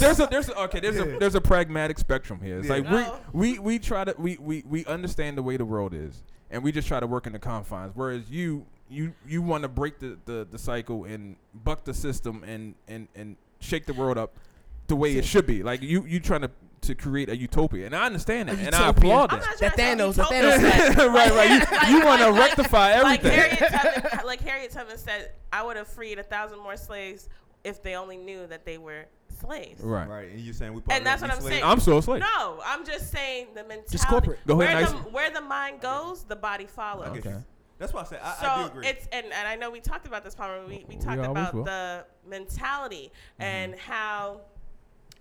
There's a there's a, okay there's Yeah. a there's a pragmatic spectrum here. It's Yeah. No. like we, we we try to we, we we understand the way the world is, and we just try to work in the confines. Whereas you you you want to break the, the the cycle and buck the system and and and shake the world up the way it should be. Like you you trying to to create a utopia, and I understand that, and I utopia. applaud I'm that. not trying The to sound Thanos, the utopian, *laughs* Thanos. but- Right, right. You- *laughs* like- you wanna like- rectify like everything. Harriet Tubman- Like Harriet Tubman said, I would have freed a thousand more slaves if they only knew that they were slaves. *laughs* *laughs* Right. right. And you're saying we And that's what I'm saying. I'm so slave. No, I'm just saying the mentality. corporate. Go where, ahead, the, nice. where the mind goes, the body follows. Okay. Okay. That's why I said I, so I do agree. *laughs* it's and, and I know we talked about this problem. We, we We talked always about will. the mentality Mm-hmm. and how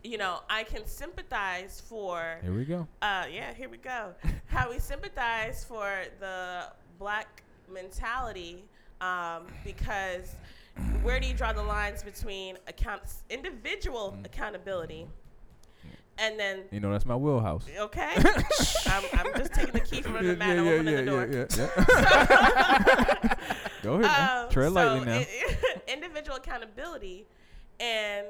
you know I can sympathize for Here we go. uh, yeah here we go *laughs* how we sympathize for the black mentality um, because where do you draw the lines between accounts individual Mm. accountability and then You know that's my wheelhouse. *laughs* okay I'm, I'm just taking the key from the man I'm opening the door yeah, *laughs* yeah. Go ahead. man. Um, Tread so lightly now. i- *laughs* individual accountability and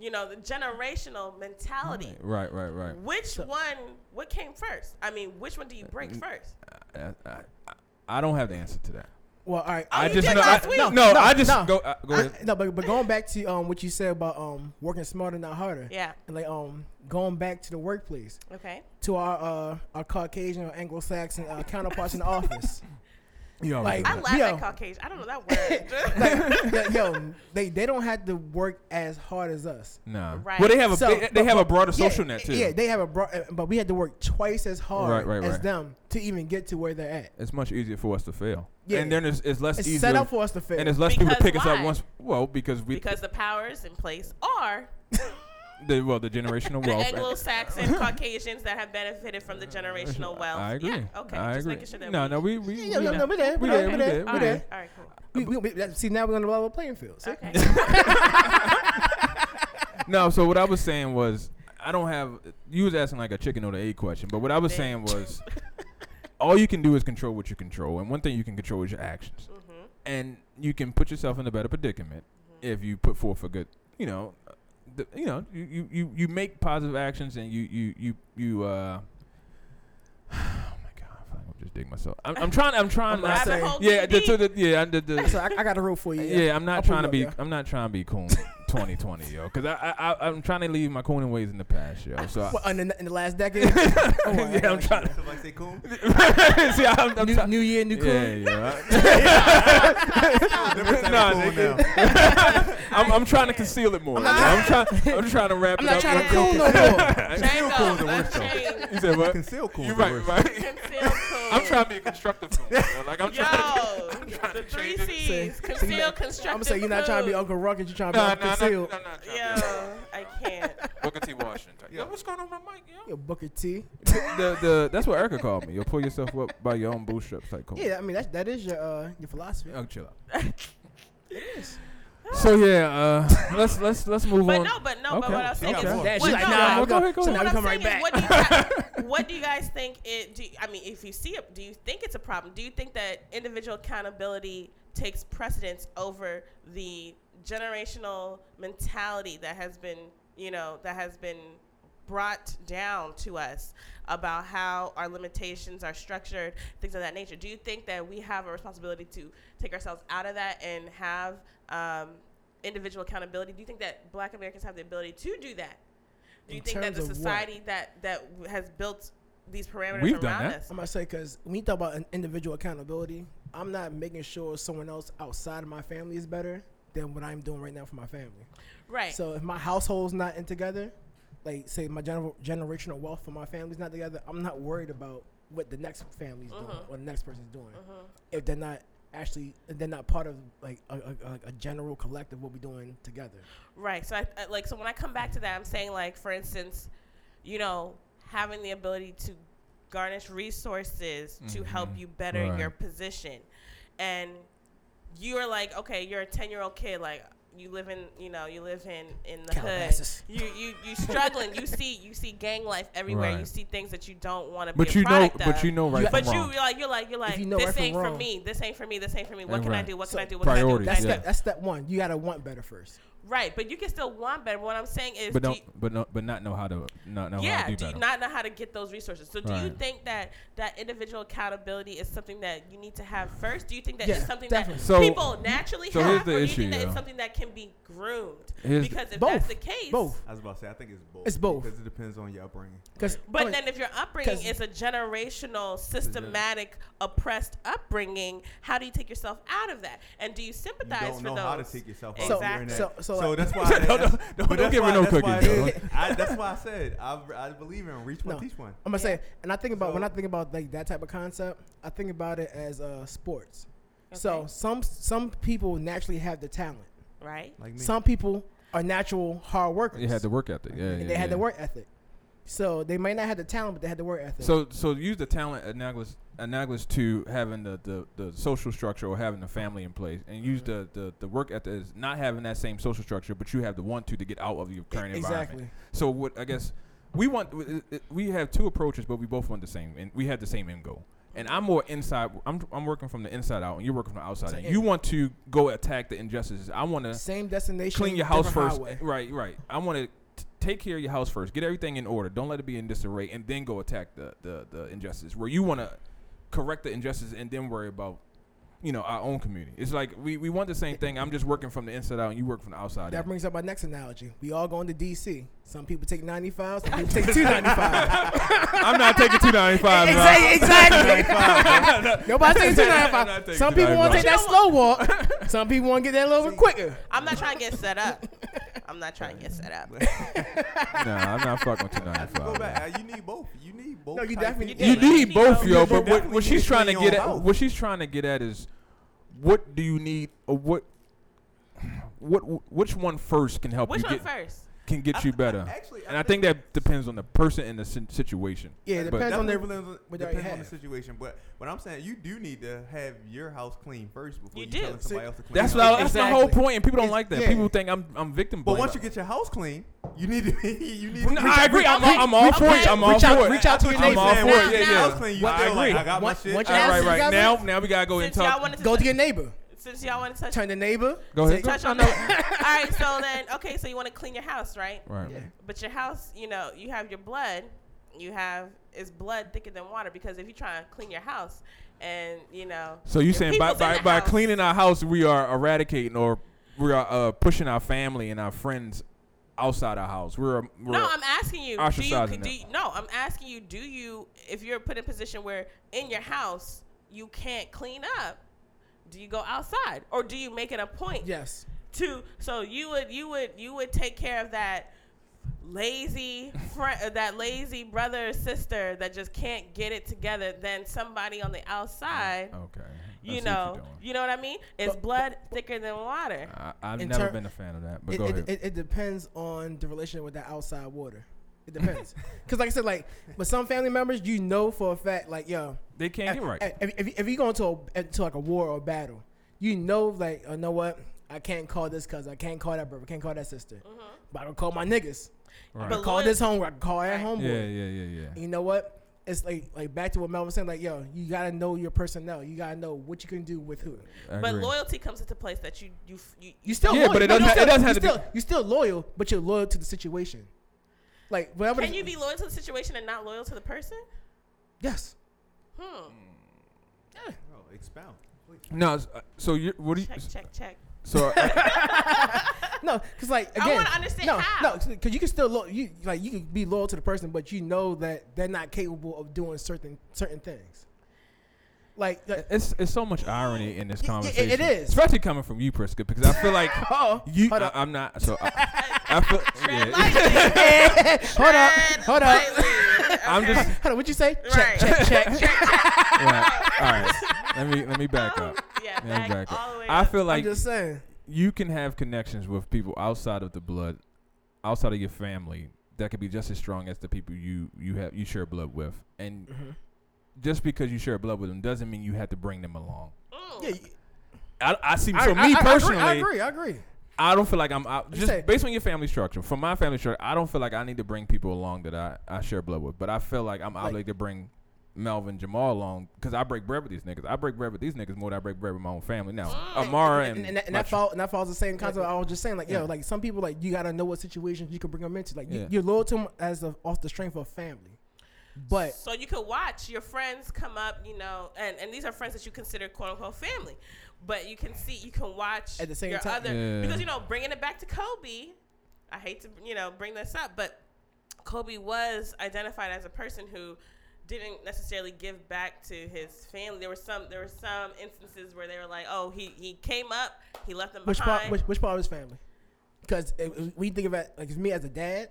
you know the generational mentality. Right, right, right. Which one? What came first? I mean, which one do you break Mm. first? I, I, I don't have the answer to that. Well, all right. Oh, I you just did know. last I, week. no, No, I just no. go. Uh, go I- ahead. no, but, but going back to um what you said about um working smarter, not harder. Yeah. And like um going back to the workplace Okay. to our uh our Caucasian or Anglo-Saxon uh, counterparts in the *laughs* office. You already like- I know. laugh Yo. at Caucasian. I don't know *laughs* that word. Like, yo- yo, they they don't have to work as hard as us. nah. Right. Well, they have a So, they, they but- have a but- broader yeah, social net too. Yeah, they have a broad, uh, but we had to work twice as hard Right, right, as right. them to even get to where they're at. it's much easier for us to fail. Yeah. And then it's, it's less It's easier. set up for us to fail. and it's less people to Because pick us up why? once. Well, because we because the powers in place are the well the *laughs* generational the wealth. *laughs* Anglo-Saxon Caucasians that have benefited from the generational wealth. I agree. Yeah, okay. I just agree. making sure that no, we, no, we we yeah, we no, no, we're there. we We're there, there. we We're there, there. we All We're right. there. All right. Cool. We, we, we, that- see, now we're on a level playing field. See? Okay. No, so what I was saying was I don't have you was asking like a chicken or the egg question, but what I was saying was all you can do is control what you control, and one thing you can control is your actions. Mm-hmm. and you can put yourself in a better predicament if you put forth a good, you know, uh, the, you know, you, you, you, you make positive actions and you you you you. Uh, *sighs* oh my god, I feel like I'm just digging myself. I'm, I'm trying. I'm trying I'm not. not to- saying- Yeah, the, to the, yeah, I did the. So I, I got a roll for you. Yeah, I'm I'll not pull trying you to up, be. yeah. I'm not trying to *laughs* be cool. 2020, yo, because I, I I I'm trying to leave my cooning ways in the past, yo. So I, What, in, the, in the last *laughs* decade. Oh, wow, yeah, I'm actually. trying. So like say cool. *laughs* See, I'm, I'm New, try- new year, new cool. yeah, *laughs* *laughs* yeah. Different type Nah, of cool nigga. now. *laughs* I'm, I'm trying to conceal it more. I'm, trying. I'm trying to wrap I'm it not up. trying to real cool quick. no *laughs* *laughs* more. Conceal cool is the Django, worst though. Unchained. You said what? Conceal cool You is the right, worst. right. Conceal cool. *laughs* I'm trying to be a constructive. cool, yo. Like I'm Yo, trying. to- the three change Say- C's. say Conceal, not- construct, I'm gonna say you're not trying to be Uncle Ruckus. You're trying to be *laughs* Nah, Uncle nah, nah, Seal. nah, nah, nah, Yo, nah. I can't. Booker T. Washington. type. Yeah. Yo, what's going on with my mic, yo? Yo, Booker T. the, the, that's what Erica called me. You'll pull yourself up by your own bootstraps, like cool. Yeah, I mean that that is your uh, your philosophy. Oh, chill *laughs* out. So yeah, uh, let's let's let's move But on. no, but no, but Okay. what I'm Okay. saying is, Yeah, That Well, she's like, no, nah, no, we're go ahead, going. go So ahead. what now we I'm come right saying back. is, what do, you *laughs* guys, what do you guys think it? Do you, I mean, if you see it, do you think it's a problem? Do you think that individual accountability takes precedence over the generational mentality that has been, you know, that has been brought down to us about how our limitations are structured, things of that nature? Do you think that we have a responsibility to take ourselves out of that and have um, individual accountability? Do you think that Black Americans have the ability to do that? Do you In think that terms the of what? society that that w- has built these parameters We've around done that. us? I'm gonna say because when you talk about an individual accountability, I'm not making sure someone else outside of my family is better than what I'm doing right now for my family. Right. So if my household's not in together, like say my gener- generational wealth for my family's not together, I'm not worried about what the next family's doing Mhm. or the next person's doing Uh-huh. if they're not actually if they're not part of like a, a, a- a general collective what we're doing together. right. So I, I like so when I come back to that, I'm saying like for instance, you know, having the ability to garnish resources to help Mhm. you better Right. your position, and you're like, okay, you're a ten year old kid, like you live in, you know, you live in in the hood. Calabasas. You you you struggling. you see you see gang life everywhere. You Right. see things that you don't want to be. but a you know, product but of. you know right You- from But wrong. you, you're like, you're like, you're like, you know this right from ain't for wrong. me. This ain't for me. This ain't for me. What And can I right. do? What So can I do? What priorities, can I That's do? Yeah. step, that's step one. You gotta want better first. Right, but you can still want better. What I'm saying is, but do don't, you- but no, but not know how to not know yeah, how to do, do you better. not know how to get those resources? So, do you Right. think that that individual accountability is something that you need to have first? Do you think that Yeah, it's something definitely. that So- people naturally so have, here's the or do you issue, think that yo. it's something that can be groomed? Here's- because if Both. that's the case, Both. I was about to say I think it's both. It's both. because it depends on your upbringing. Cause But oh, then, if your upbringing 'Cause- is a generational, systematic, oppressed upbringing, how do you take yourself out of that? And do you You sympathize don't know for those? how to take yourself out. Exactly. Exactly. So, So- so so, I- *laughs* that's why. Don't- I, *laughs* that's, don't- don't but that's give her why- no that's why cookies, I- though. I, that's why I said I, I believe in reach one, No. teach one. I'm gonna say, and I think about when So- I think about like that type of concept, I think about it as uh, sports. So Okay. some some people naturally have the talent. right? Like me. Some people are natural hard workers. You had to work ethic. Yeah, yeah, and they had yeah. the work ethic. So they might not have the talent, but they had the work ethic. So so use the talent analogous analogous to having the, the, the social structure or having the family in place and use the, Mm-hmm. the, the work ethic is not having that same social structure but you have the want to to get out of your E- current exactly. environment. So what I guess we want w- i- i- we have two approaches but we both want the same and we had the same end goal. And I'm more inside. I'm, I'm working from the inside out, and you're working from the outside. So in. it- you want to go attack the injustices. I want to Same destination. clean your house different first. highway. Right, right. I want to take care of your house first. Get everything in order. Don't let it be in disarray, and then go attack the the, the injustice. Where you want to correct the injustice, and then worry about you know our own community. It's like we, we want the same thing. I'm just working from the inside out, and you work from the outside. That in. brings up my next analogy. We all going to DC. Some people take 95, some *laughs* people take 295. I'm not taking *laughs* 295. exactly. Five, exactly. Nobody taking I'm 295. not taking Some people want to 295. take that slow *laughs* walk. Some people want to get there a little bit quicker. I'm not trying to get set *laughs* up. I'm not trying to get set up. bro. nah, I'm not fucking with bro. Go 295. bro. back. Uh, You need both. You need both. No, you types of definitely people. You Yeah, need you both, need yo. both. But You what, what definitely she's need trying to your get own at, mouth. what she's trying to get at is, what do you need, or what, what, which one first can help Which Oh, you one get first? can get you better? Actually, and I think that depends on the person and the si- situation. Yeah, it But- depends Definitely on their depends on, what they already depends on the have. situation, but what I'm saying, you do need to have your house clean first before You you, do. telling See, somebody else to clean. That's it what I, up. that's Exactly. the whole point, and people don't It's- like that. yeah. People think I'm I'm victim But blaming. once you get your house clean, you need to. *laughs* you need. No, to I agree. I'm, I'm all reach for it. out- I'm all reach for out- it. reach out to I'm your all neighbors. for it. Now- Yeah, now- yeah. House clean, you I still like, agree. I got my Once- shit. once All your right, house is right covered, now, now we gotta go and Since y'all talk. wanted to Go set- to your neighbor. since y'all want to touch, Turn the neighbor. Go ahead. take- touch on that. All right. So then, okay. So you want to clean your house, right? Right. Yeah. But your house, you know, you have your blood. You have is blood thicker than water because if you try to clean your house, and you know, So you your saying by people's in by, the by house- cleaning our house, we are eradicating or we are uh, pushing our family and our friends outside our house. We're, we're No, I'm asking you. Do you, ostracizing do them. you- no, I'm asking you. Do you, if you're put in a position where in your house you can't clean up, do you go outside or do you make it a point Yes. to? So you would, you would, you would take care of that lazy friend, uh, that lazy brother or sister that just can't get it together than somebody on the outside. okay. Oh, I You see what know, you're doing. you know what I mean? It's But- blood thicker than water. I, I've In never ter- been a fan of that, but It, go it, ahead. it, it depends on the relationship with that outside water. It depends. *laughs* Because, like I said, like, with some family members, you know for a fact, like, yo, they can't get right. If, if, if, if you go into a, into like a war or a battle, you know, like, you know what? I can't call this cousin. I can't call that brother. I can't call that sister. But I can call my niggas. I right. can call Right. this homegirl. I can call that Right. homeboy. Yeah, yeah, yeah, yeah. And you know what? It's like like back to what Mel was saying. Like, yo, you gotta know your personnel. You gotta know what you can do with who. I But agree. loyalty comes into place that you you you, You still Yeah, loyal. but it doesn't you ha- it still- doesn't you have to be- still, you still loyal, but you're loyal to the situation. Like whatever. can the- you be loyal to the situation and not loyal to the person? Yes. Hmm. Mm. Oh, expound. please. No, s- uh, so you what do you? Check, s- check, check. So uh, *laughs* No, because like I again, wanna understand no, how. no, because you can still lo- you like you can be loyal to the person, but you know that they're not capable of doing certain certain things. Like, uh, like it's it's so much irony in this Y- y- conversation. it is. especially coming from you, Prisca, because I *laughs* feel like oh, you. uh, hold I, up, I'm not. So I, I feel. yeah. *laughs* *laughs* hold up, hold up, I'm just. hold up. What you say? Right. Check, check, check. yeah, all right. Let me let me *laughs* back up. Yeah, Let me back, back up. all the way I up. feel I'm *laughs* like just saying. you can have connections with people outside of the blood, outside of your family that could be just as strong as the people you you have you share blood with, and Mhm. just because you share blood with them doesn't mean you have to bring them along. Mm. Yeah, you- I, I see. I- so I- I me agree, personally, I agree. I agree. I don't feel like I'm out. You Just say- based on your family structure, from my family structure, I don't feel like I need to bring people along that I, I share blood with. But I feel like I'm obligated to bring Melvin Jamal along because I break bread with these niggas. I break bread with these niggas more than I break bread with my own family. Now, Amara and, and, and, that- and my that ch- fall, and that follows the same concept I was just saying. Like, Yeah. yo, like some people, like you gotta know what situations you can bring them into. Like, you, Yeah. you're loyal to them as of off the strength of family, but So you could watch your friends come up, you know, and, and these are friends that you consider quote unquote family, but you can see you can watch At the same your time. other Yeah. because you know bringing it back to Kobe. I hate to you know bring this up, but Kobe was identified as a person who didn't necessarily give back to his family. There were some there were some instances where they were like, oh, he he came up, he left them which behind. part, which, which part of his family? Because we think about like me as a dad.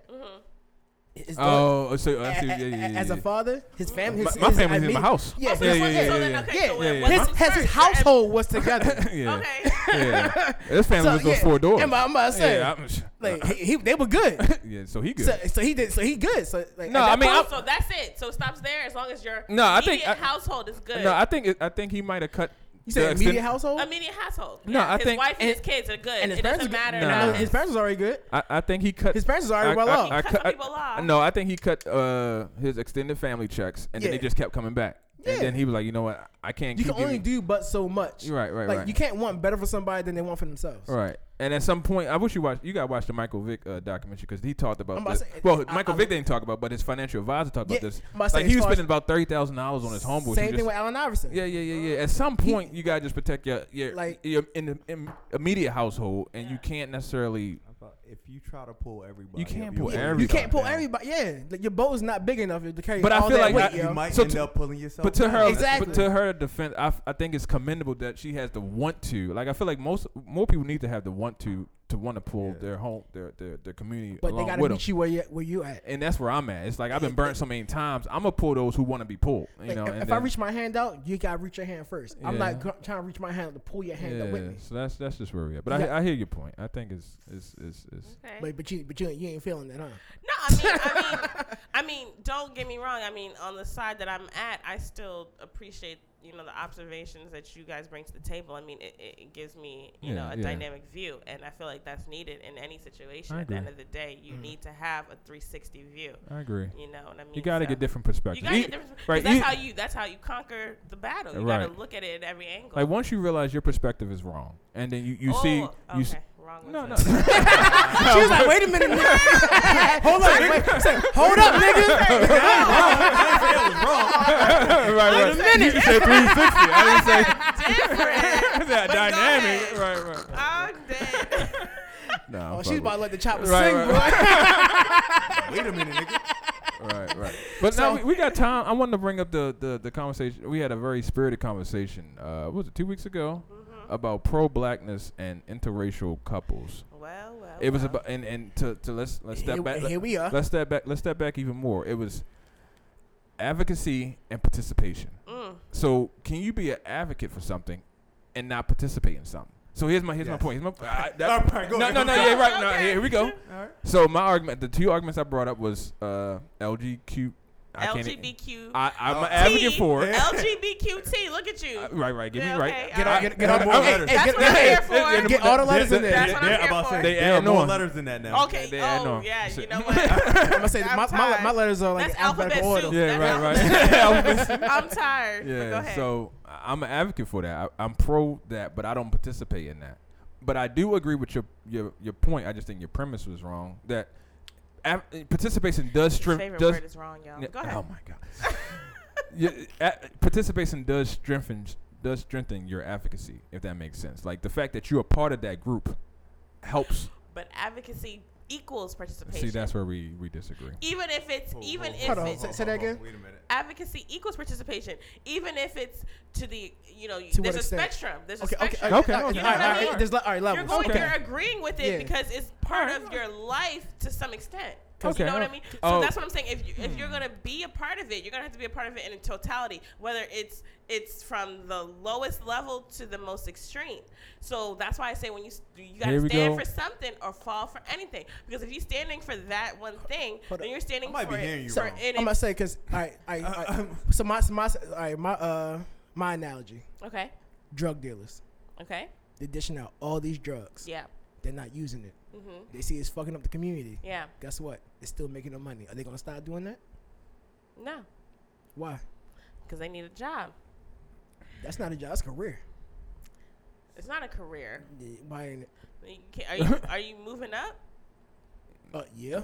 his daughter- oh, so I a- see. a- Yeah, yeah, yeah, a- as a yeah. father, his family, My- his, my his- family's I in my mean- house. Yeah, Oh, so yeah, so- yeah, yeah, so yeah, then, yeah. okay, so Yeah. it Yeah. wasn't His, *laughs* his, first, and- household was together. *laughs* yeah. Okay. yeah. This *laughs* family So, was those yeah, four doors. And my, I'm about to say, yeah, I'm, uh, *laughs* like he, he, they were good. yeah, so he good. So, so he did. So he good. So like, No, at that I mean, Oh, I'm- so that's it. So it stops there as long as your No, I think- immediate I- household is good. no, I think it, I think he might have cut. you the said extent- immediate household immediate household. No, I his think- wife and, and- his kids are good. and his it parents. doesn't matter. Nah. about No, his his- parents was already good. I, I think he cut. His parents was already well off. He cut some people off. No, I think he cut uh, his extended family checks, and then Yeah. they just kept coming back. Yeah. And then he was like, you know what, I can't. You keep can only do giving- but so much. You're right, right, like right. you can't want better for somebody than they want for themselves. Right. And at some point, I wish you watched. You got to watch the Michael Vick uh, documentary because he talked about. I'm about this. to say, well, I- Michael I'm- Vick didn't talk about, but his financial advisor talked Yeah, about this. I'm about to say, Like as he was far as- spending about thirty thousand dollars on his homeboy. Same thing with Allen Iverson. Yeah, yeah, yeah, yeah. At some point, you gotta just protect your your Uh, Like- your in the in immediate household, and you can't necessarily. I thought if you try to pull everybody, up, can't you'll pull pull everybody. You can't pull down. everybody. Yeah, like, your boat is not big enough to carry But I all feel that like weight. I- You yo. might So end to- up pulling yourself. But to down. her, Exactly. but to her defense, I, f- I think it's commendable that she has the want to. Like I feel like most more people need to have the want to to want to pull Yeah. their home their their, their community but they along gotta with meet them. you where you where you at. and that's where I'm at. It's like I've *laughs* been burnt so many times. I'm gonna pull those who want to be pulled. You Like, know, if and if I then- reach my hand out, you gotta reach your hand first. I'm Yeah. not gr- trying to reach my hand to pull your hand yeah, up with me. so that's that's just where we at. You But got- I, I hear your point. I think it's it's it's, it's Okay. *laughs* But but you but you, you ain't feeling that, huh? No, I mean, I *laughs* mean, I mean, don't get me wrong. I mean, on the side that I'm at, I still appreciate you know the observations that you guys bring to the table. I mean, it, it it gives me you know Yeah, a yeah. dynamic view, and I feel like that's needed in any situation. I At the end agree. of the day, Mm. you need to have a 360 view. I agree. You know what I mean? You got to So- get different You perspectives. gotta E- get different, 'cause right, That's e- how you. That's how you conquer the battle. You gotta Right. look at it at every angle. Like once you realize your perspective is wrong, and then you you see you Oh, s- okay. Wrong with *laughs* no *laughs* it. no She was like, wait a minute, *laughs* nigga. hold up, wait, say, hold up, *laughs* nigga. right right. Wait a minute. You said 360. I didn't *laughs* say *laughs* Different. that But go ahead. dynamic. Right right. I'm *laughs* dead. No, I'm Oh, she's fucking- about to let the *laughs* chopper Right, sing, right, *laughs* bro. Wait a minute, nigga. right, right. *laughs* But now we, we got time. I wanted to bring up the, the, the conversation. We had a very spirited conversation. Uh, what was it two weeks ago Mm-hmm. about pro blackness and interracial couples? Well, well. it was well. about and and to, to let's let's step Here- back. here we are. Let's step back. Let's step back even more. It was advocacy and participation. Mm. So can you be an advocate for something and not participate in something? So here's my here's my Yes. point. Here's *laughs* my, I, All that's, right, go no, ahead. no, no, yeah, right. No, Okay. here we go. All right. So my argument, the two arguments I brought up was uh, LGQ. I can't- e LGBTQ. I, Oh. I'm an T. advocate for it. LGBTQT. Look at you. Uh, *laughs* Right, right. Give Yeah, me right. okay, Get all all, right. get, get all, More the- hey, letters. hey, That's get, what I'm hey, here hey, for. get all the letters They're- in That's there. what I'm Yeah, here about to for. say, They there are add more on. letters than that now. Okay. They add oh, on. yeah. So- You *laughs* know what? I'm gonna say my, my, tired. my letters are like That's alphabetical alphabet order. soup. Yeah, That's right, alphabet. *laughs* right. I'm tired. but go yeah. ahead. So I- I'm an advocate for that. I, I'm pro that, but I don't participate in that. But I do agree with your your your point. I just think your premise was wrong. That av- participation does His strengthen. favorite does, word is wrong, y'all. Yeah, Go ahead. Oh my god. *laughs* yeah, a- participation does strengthen does strengthen your advocacy, if that makes sense. Like the fact that you're a part of that group helps. But advocacy equals participation. See, that's where we we disagree. even if it's Hold- even hold- if Hold on, it's hold say hold that on. again? Wait a minute. advocacy equals participation, even if it's to the you know To what there's a extent? spectrum. There's Okay, a okay, spectrum. Okay, all right, okay. You all know what I right, mean? all right. There's le- all right You're levels. going, Okay. you're agreeing with it Yeah. because it's part Alright, of your life to some extent. 'Cause- You know Okay. what I mean? So Oh. that's what I'm saying. If you, if Hmm. you're gonna be a part of it, you're gonna have to be a part of it in totality, whether it's it's from the lowest level to the most extreme. So that's why I say when you s- you Here gotta we stand go. for something or fall for anything. Because if you're standing for that one thing, Hold then up. you're standing I might for be it. hearing you for wrong. it I'm in- gonna say because I, I, I so my, so my, all right, my, uh, my analogy: Okay. drug dealers. Okay. They're dishing out all these drugs. Yeah. They're not using it. Mm-hmm. They see it's fucking up the community. Yeah. Guess what? It's still making them money. Are they gonna stop doing that? No, Why? because they need a job. That's not a job. That's a career. It's not a career. Yeah, Why ain't it? You can't- Are *laughs* you, are you moving up? Uh, yeah.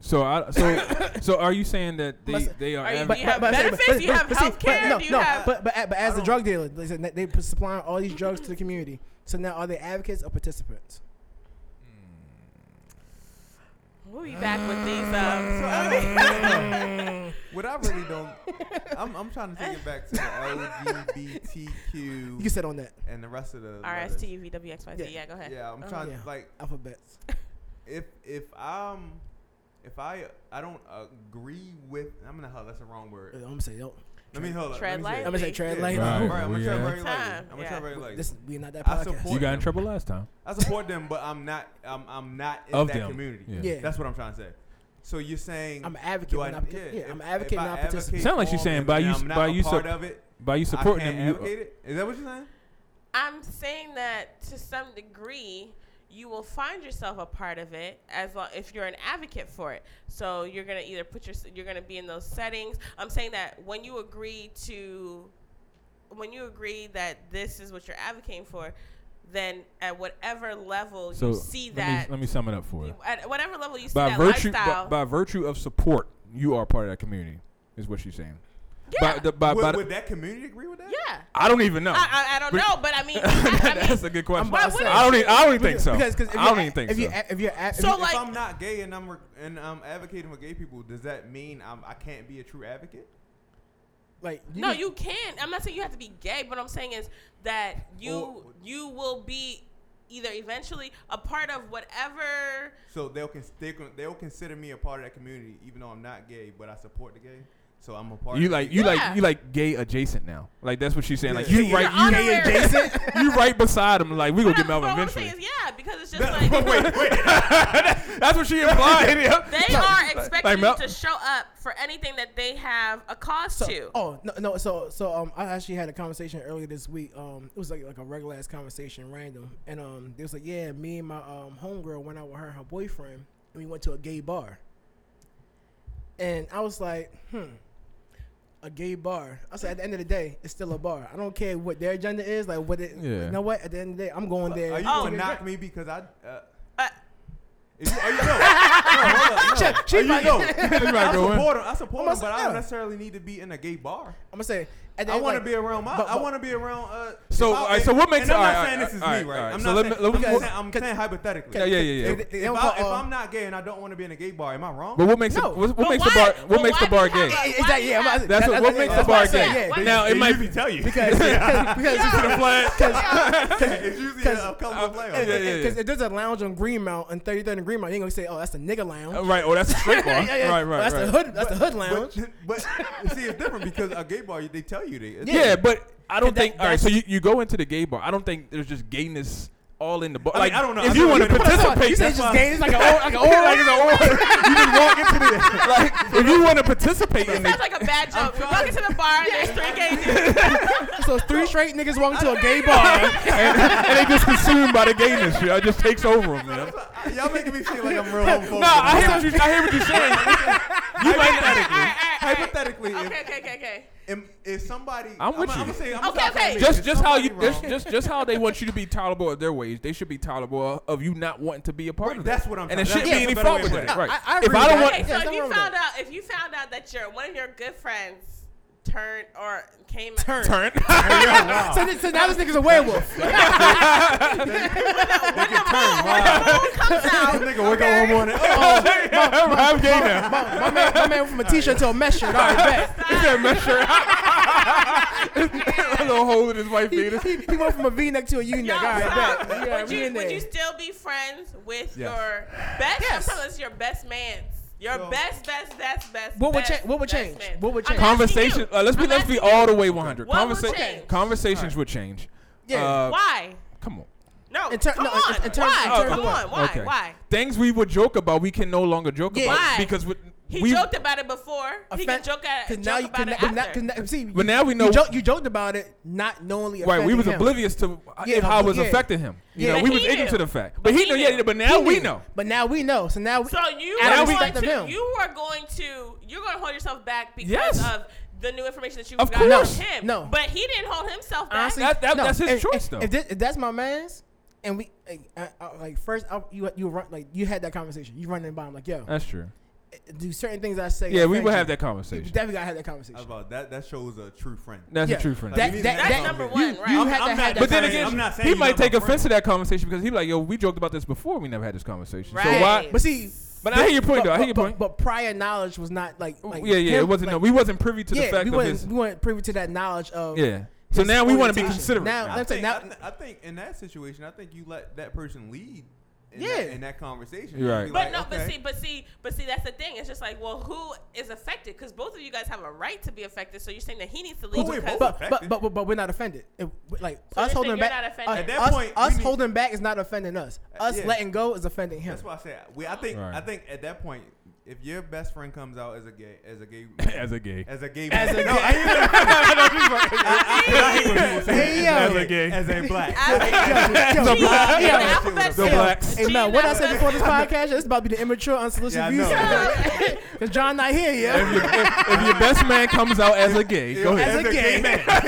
So I so *coughs* so are you saying that they Must- they are? Are you- advo- do you have I say- benefits? Do you have healthcare? no, Do you no, have- Oh. But, but, but as I a drug dealer, they said that they put- supplying all these drugs to the community. So now are they advocates or participants? We'll be back with these. *laughs* Um, What I really don't, I'm, I'm trying to take it back to the *laughs* You can LGBTQ sit on that and the rest of the letters. RSTUVWXYZ. Yeah. Yeah. go ahead. Yeah, I'm Oh. trying Yeah. to like alphabets. Uh, if if I'm if I I don't agree with I'm gonna hell that's the wrong Uh, I'm word. gonna say don't. Let me hold up. Tread let me say it. I'm gonna say Like- tread Yeah, light. Right. right, I'm gonna we try are. very lightly. Time, I'm gonna yeah. try very lightly. This we're not that I podcast. support- you got in trouble last time. I support them, but I'm not. I'm, I'm not in Of that them. community. Yeah. Yeah. That's what I'm trying to say. So you're saying I'm an do advocate. I- when I, yeah, if- I'm an if advocate, I not a participant. advocate Sound like you're for saying them by and you I'm s- not by a you part sup- of it. By you I supporting can't them, you uh, advocate it. Is that what you're saying? I'm saying that to some degree, you will find yourself a part of it as long if you're an advocate for it. So you're gonna either put your you're gonna be in those settings. I'm saying that when you agree to, when you agree that this is what you're advocating for, then at whatever level so you see let me- that, Let me sum it up for you. you- at whatever level you see by that virtue by, lifestyle, by virtue of support, you are part of that community. Is what she's saying. yeah, By the, by, Would, by the- would that community agree with that? yeah. I don't even know. *laughs* I, I, I don't But- know, but I mean, I, I mean That's a good question. about to say- I don't even. I don't even think so. Because, because if I don't you're even a- think if so. You're, a- if you're a- if So, you- like- if I'm not gay and I'm re- and I'm advocating for gay people, does that mean I'm, I can't be a true advocate? like no, can- you can. I'm not saying you have to be gay, but I'm saying is that you Or- you will be either eventually a part of whatever. So they'll cons- they con- they'll consider me a part of that community, even though I'm not gay, but I support the gay. So I'm a part. You of like it. you Yeah. like you like gay adjacent now. Like that's what she's saying. Like Yeah. you You're right you honorary. adjacent. you right beside him. Like we gonna But get I'm- Melvin but what I'm saying eventually. is, yeah, because *laughs* it's just That- like wait, wait. That's what *laughs* she implied. yeah. they are expecting like Mel- *laughs* you to show up for anything that they have a cause So, to. oh no, no. So, so um, I actually had a conversation earlier this week. Um, it was like like a regular ass conversation, random, and um, they was like, yeah, me and my um homegirl went out with her and her boyfriend, and we went to a gay bar. And I was like, hmm, a gay bar. I said, at the end of the day, it's still a bar. I don't care what their agenda is, like what it. Yeah. You know what? At the end of the day, I'm going there. Are *laughs* you Oh. gonna knock me because I? Uh, Uh, is you, *laughs* are you, no, no, hold up, no. she Are you- might- no. *laughs* You might I go in. support him. I support Almost- him, but I don't yeah. necessarily need to be in a gay bar. I'm gonna say, at the I end, want to like- be around my. but- I but- want to be around. Uh, So, if I- all right, so what makes- And I'm all not right, saying all this is me, right, all right, right? I'm so not let me- saying- let me- I'm what- saying- I'm saying hypothetically. Yeah, yeah, yeah, yeah. They- they- they If, don't I, call, if um, I'm not gay and I don't want to be in a gay bar, am I wrong? But what makes No. it, what, what But makes the why- bar what but makes the why bar do you have gay? Yeah, Like, why do exactly. Yeah, you I'm about to- have- That's what- what I makes said, the bar that's what I gay. said, They- Now it might usually tell you. *laughs* because because because *laughs* *laughs* it's usually a couple of Yeah, yeah, players. yeah. Because if there's a lounge on Greenmount and 33rd and Greenmount, you ain't gonna say, "Oh, that's a nigga lounge." Uh, right. Oh, that's a straight *laughs* bar. Yeah, yeah, yeah. Right. Oh, Right. that's right. the hood. That's the hood lounge. But, but *laughs* see, it's different because a gay bar, they tell you they. it's- Yeah, but I don't That- think. all right, that's- so you, you go into the gay bar. I don't think there's just gayness all in the bar. I mean, like I don't know. If I you don't want to even know. participate, you say it's that's just why- *laughs* gay. It's like an old, like an old, Yeah, like it's an old- *laughs* you just walk into the *laughs* like if you want to participate in sounds *laughs* the like a bad joke. We walk into the bar and there's three gay dudes. So it's three straight niggas walking to a *laughs* gay bar. and, and they just consumed by the gayness. You know, it just takes over them. You know? Y'all making me feel like I'm real homophobic. *laughs* No, I hear what you. I hear what you're saying. *laughs* You All might not. *laughs* right, all right, all right. Hypothetically, if, Okay, okay, okay, okay. if, if somebody, I'm with I'm, you. I'm say, I'm Okay, okay. *laughs* Just, just how you, just, Wrong, just, just how they want you to be tolerable of their ways. They should be tolerable of you not wanting to be a part Right, of that. that's what I'm And there trying- shouldn't that's be any a better fault way with to put it. it. Right. I- I if agree I with don't that. want, Okay, there's so nothing you wrong with found out if you found out that your one of your good friends turned or came *laughs* turned. turn. so, th- so now this nigga's a werewolf. comes *laughs* out. nigga wake up one morning. Oh, *laughs* I'm gay now. My man, my man went from a t-shirt to a mesh shirt. All right, bet. *laughs* He said mesh shirt. *laughs* a little hole in his white He, penis. he, he went from a V-neck to a U-neck. Yo, All right, stop. bet. Yeah, would we you in would there. you still be friends with Yes. your best? Yes. Yes. I'm telling you, your best man's. Your So- best, best, best, best. What would best, cha- what would best change? man's. What would I'm change? asking Conversation. you. Uh, let's be I'm let's be asking you. all the way 100. What will Conversa- change? Conversations would change. Yeah. Uh, Why? Come on. No. In ter- come no, in- on. in terms- in why? terms come of- on. Why? Okay. Why? Things we would joke about, we can no longer joke Yeah. about Why? because we, He we joked about it before. he can Offend- joke, at, 'cause joke now you about connect- it but now- after. 'cause now- see, But you- now we know- you, joked, you joked about it, not knowingly. Right, we offending was him. oblivious to Yeah, if how it but- was yeah. affecting him. You Yeah. know, But we he was ignorant knew. to the fact. But, But he, he knew, yeah, knew. but now He we knew. know. But now we know. So now, So you And now are we- going Respect of to him. you are going to you're going to hold yourself back because Yes. of the new information that you Of got from course. him. No. but he didn't hold himself back. honestly, That- that- that's his if, choice, if- though. If, this, if that's my man's, and we like, I, I, like first, I, you you run like you had that conversation. You running by him like, yo, That's true. do certain things I say. Uh, Yeah, we offend would you? have that You conversation. definitely gotta have that conversation. about that. That shows a true friend. That's yeah. a true friend. That's That- that- number you- one, right? you I'm- had I'm to have not- that But then I'm again, not saying he you might not my take offense friend. to that conversation because he like, yo, we joked about this before. We never had this conversation. So Right. why? But see, But I hear your but, point, though. I hear your but- point. But, prior knowledge was not like, like yeah, yeah. him- It wasn't. like, no, we wasn't privy to yeah, the fact we of weren't his. we weren't privy to that knowledge of Yeah. So his now we want to be orientation. considerate. Now- Now, I That's think, a- I, now- th- I think in that situation, I think you let that person lead. In Yeah. That, in that conversation. You're right. Be But like, no, but okay. see, but see, but see, that's the thing. It's just like, well, who is affected? Because both of you guys have a right to be affected. So you're saying that he needs to leave. wait, because both- But, but but but we're not offended. If- like So us you're holding saying back. you're not offended? uh, At that us, point, us we need- holding back is not offending us. Uh, Us yeah. letting go is offending him. That's why I said we. I think. Right. I think at that point, if your best friend comes out as a gay, as a gay, *laughs* as *laughs* a gay. as a gay, As man- a no, gay- I ain't even- I hate when people say Hey, that. yo. as a gay, as a *laughs* black. I- Yo, yo, The She- yo, black- she yo, an yeah. alphabet The soup. blacks. Hey She Mel, an what I said before alphabet- this podcast, this about to be the immature, unsolicited Yeah, I views. know. *laughs* Cause John not here, If, yeah. your- if- if your best man comes out as a gay, *laughs* go As, ahead. a gay man. *laughs* as a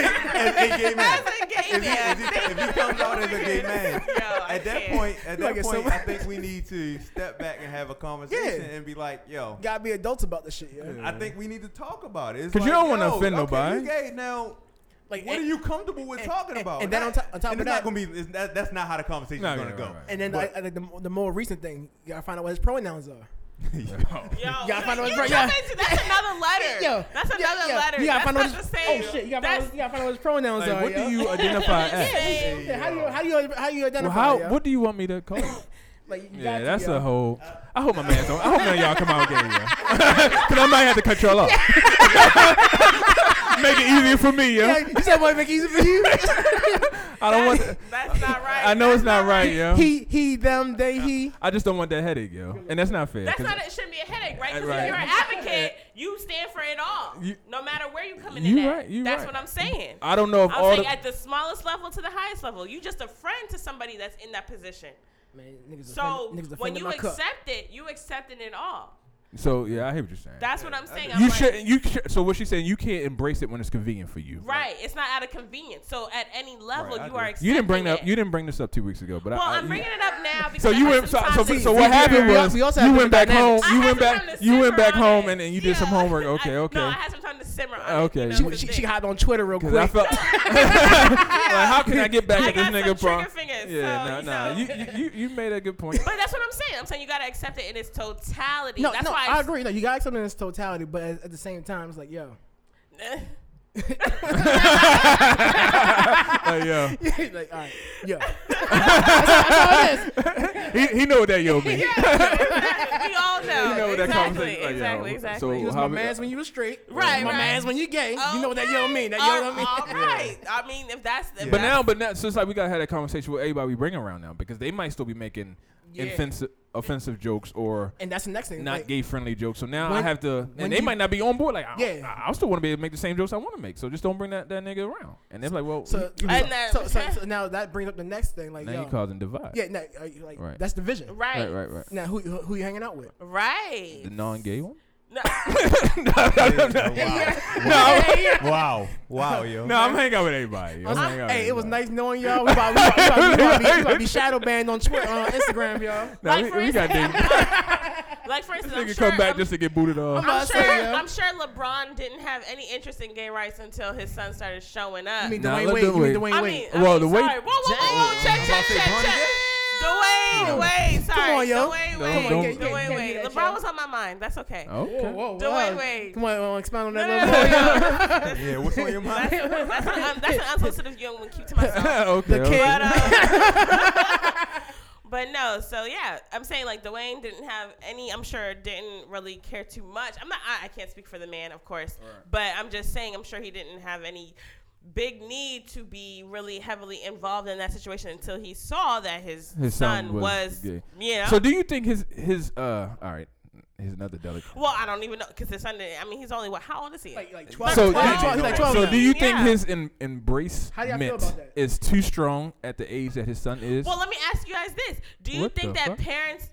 gay man. As a gay If he- man. if he, if he comes out as a *laughs* gay man, *laughs* Yo, I at that can't. point, at Like that it's point, so- I think we need to step back and have a conversation Yeah. and be like, yo, Gotta be adults about this shit, yeah. I think we need to talk about it. It's 'Cause you like, don't wanna yo, offend nobody. Okay, you gay now. Like What are and- you comfortable with and- talking and- about? and then on top- on top and of it's not that- gonna be. it's- that- that's not how the conversation No, is gonna yeah, go. right, right. And then like, like the, the more recent thing, you gotta find out what his pronouns are. *laughs* Yo, You gotta find out *laughs* what's you right. jump Yeah. into- that's another letter. *laughs* that's yeah, another yeah. letter. You gotta that's not find out. what the his- same. Oh shit! You gotta, find That's- out, what- you gotta find out what his pronouns Like, are. what yo. *laughs* do you identify as? Hey, Yeah, how do you how do you how do you identify? Well, how? yo? What do you want me to call? you? Like, you got Yeah, to, that's yo. a whole. I hope my man's on. I hope none of y'all come out gay, yo. *laughs* Cause I might have to cut y'all off. *laughs* Make it easier for me, yo. Yeah, you said what make it easy for *laughs* you? I don't want. That's, *laughs* that's not right. I know That's it's not right, yo. he, he, them, they, he. I just don't want that headache, yo. And that's not fair. That's 'cause not. It shouldn't be a headache, right? Because Right. if you're an advocate, you stand for it all, You- no matter where you coming You in at. right, you That's right. what I'm saying. I don't know if I'm all saying the. at the smallest level to the highest level. You just a friend to somebody that's in that position. Man, niggas So offended- niggas when offended you my cup. accept it, you accepting it all. So yeah, I hear what you're saying. That's what I'm saying. I'm you like, should. You should, so what she's saying, you can't embrace it when it's convenient for you. Right. It's not out of convenience. So at any level, Right, I you are. agree. You didn't bring accepting that. it. You didn't bring this up two weeks ago, but well, I, I, I'm you- bringing it up now because Uh, So I you had went. So, some time so, to- so what we happened al- was we also have you to went look at back home. dynamics. I You had went some time back. to You went simmer back on home it. and, and you did some Yeah. homework. *laughs* Okay, I- okay. No, I had some time to simmer. On Okay. It, you know, the she, She- she, thing. she hopped on Twitter real 'Cause quick. I felt *laughs* like how can I get back I at this got nigga some bro? trigger fingers, yeah, so, no, you no. know. You, you you you made a *laughs* good point. But that's what I'm saying. I'm saying you gotta accept it in its totality. no, that's no, why *laughs* I agree. No, you got something in its totality, but at, at the same time, it's like, yo, *laughs* *laughs* agree. Like, *laughs* yo, like, all right, *laughs* yo, that's, that's all it is. he he know what that yo means. we all know. You know what exactly, that conversation- like, exactly, yo, exactly. so- You was how my we- man's when you was straight. Right, My right. man's when you gay. You know what that yo mean? That yo Okay, Uh, don't mean. All right. I mean, if that's if But that's- now, but now, so it's like we gotta have that conversation with everybody we bring around now because they might still be making Yeah. offensive offensive jokes or And that's the next thing. not like, gay friendly jokes. So now I when- have to, when and they you- might not be on board. Like, I, Yeah. I, I still want to be able to make the same jokes I want to make. So just don't bring that, that nigga around. And they're like, well, So, you- And then- so, so, so now that brings up the next thing. Like, now yo, you causing divide. yeah, now, uh, you like Right. that's division. right, right, right, right. Now, who who who you hanging out with? right. The *laughs* non-gay one. *laughs* No, wow. Wow, yo. No, I'm hanging out with everybody. yo. I was I'm like, hanging out hey, with it was everybody. nice knowing y'all. We about, we about, we about, we about, to be, we *laughs* about to be shadow banned on Twitter, on Instagram, y'all. Nah, Like, we, for we got instance- *laughs* this *laughs* like for instance, I'm nigga sure, come back I'm, just to get booted off. I'm about to sure, say, yeah. I'm sure LeBron didn't have any interest in gay rights until his son started showing up. I mean, Nah, Dwayne let Wade. You mean Dwayne- Dwayne I Wade? mean, I Well, mean, the way- sorry. Whoa, whoa, whoa, whoa, Dang. check, check, Dante check, Bun check. Dwayne Wade, sorry, yo. Dwayne No, don't- Wade, Come on, Dwayne can't- Wade. can't do that, Oh. LeBron yo. was on my mind. That's okay. *laughs* Okay. whoa, Dwayne Wade. Come on, uh, expound on No, that no, a no, little more. no, no. Yeah, what's on your mind? That's an un- that's an unsolicited view. I'm gonna keep to *laughs* myself. *laughs* okay. The okay. kid- But, um, *laughs* but no, so yeah, I'm saying like Dwayne didn't have any. I'm sure didn't really care too much. I'm not. I, I can't speak for the man, of course, but I'm just saying. I'm sure he didn't have any big need to be really heavily involved in that situation until he saw that his, His son son, was was, gay. you know. So do you think his his uh? All right, here's another delicate. well, I don't even know because his son. Didn't, I mean, he's only what? How old is he? Like, like 12. So, 12, do- 12, he's like 12 so now. do you think Yeah. his em- embrace How do y'all feel about that? is too strong at the age that his son is? Well, let me ask you guys this: Do you What think the that fuck? parents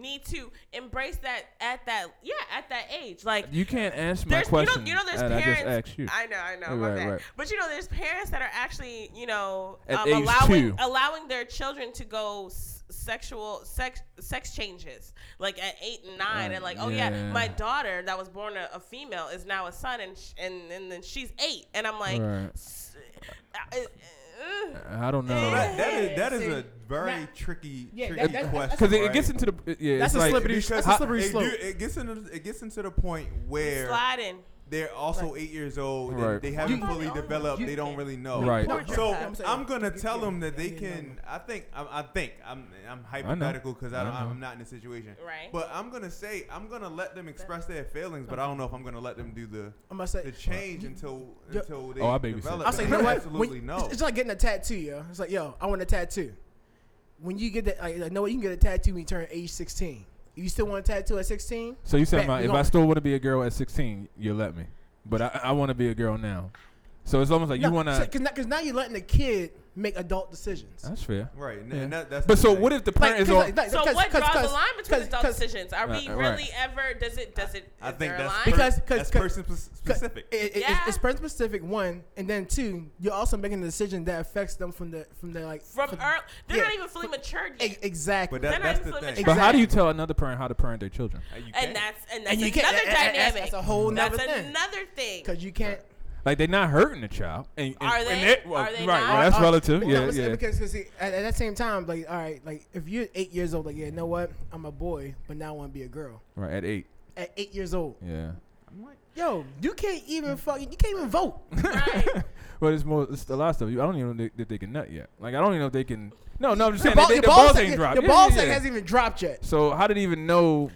need to embrace that at that yeah at that age? Like you can't answer my there's question. you know you know there's that parents. I just asked you. I know I know my Right, bad. right. But you know there's parents that are actually you know At um, age allowing two. allowing their children to go s- sexual sex sex changes like at eight and nine Uh, and like oh yeah. yeah. my daughter that was born a, a female is now a son and sh- and and then she's eight and I'm like. Right. s- uh, uh, uh, I don't So know that, that is, that is See, a very now- tricky, Yeah, that- tricky that- that's- question. because it, it right? gets into the it- yeah. That's it's a like, slippery- Because that's a slippery it do- slope. It gets into it gets into the point where sliding. they're also eight years old. and Right. They haven't You- fully developed. you- they don't really know. Right. So I'm saying- I'm gonna tell yeah, them that they yeah, yeah, can. I think. I, I think. I'm. I'm know. hypothetical because I I don't, know. I'm not in the situation. Right. But I'm gonna say I'm gonna let them express their feelings, but I don't know if I'm gonna let them do the I'm gonna say. the change until Yo- until they Oh, I babysit. develop. I'll I'll it. say, They you know what? Absolutely When- *laughs* no. It's, it's like getting a tattoo, yo. It's like, yo, I want a tattoo. When you get that, like, like, know what? You can get a tattoo when you turn age 16. If you still want a tattoo at 16, So you said Bet, my, we if gonna- I still want to be a girl at 16, you'll let me. But I, I want to be a girl now. So it's almost like you want to. because now, 'cause now you're letting the kid make adult decisions. That's fair. Right. And Yeah. that, that's But the so thing. what if the Like, parent is 'cause, all? like, like, So 'cause- what 'cause- draws the 'cause- line between 'cause- adult 'cause- decisions? Are we Right, right. really ever? Does it? Does it? I is think there a that's line? per- Because- 'cause- that's 'cause- person spec- Cause specific. It, it, Yeah. it's, it's person specific one, and then two, you're also making a decision that affects them from the from the like from from, early, they're yeah. not even fully matured e- yet, exactly. But that, They're not that's even the fully thing. But how do you Exactly. tell another parent how to parent their children? Uh, you can't. and that's and that's you can't- another that- that- that's- dynamic. that's a whole That's nother thing. another thing. because you can't. Like they're not hurting the child. And, and- Are and they? that- well, Are they right. not? Well, that's Uh, relative. no, Yeah, it's- yeah. Because 'cause see, at, at that same time, like all right, like if you're eight years old, like yeah, you know what? I'm a boy, but now I want to be a girl. Right at eight. At eight years old, Yeah. *laughs* I'm like, *laughs* *laughs* yo, you can't even fucking, you can't even vote. right. But it's more, it's a lot of stuff. You- I don't even know if they, if they can nut yet. Like I don't even know if they can. No, no, I'm just Your saying ball- they, your the balls, ball sack- ain't dropped. Your Yeah, ball yeah, sack yeah. hasn't even dropped yet. So how did he even know?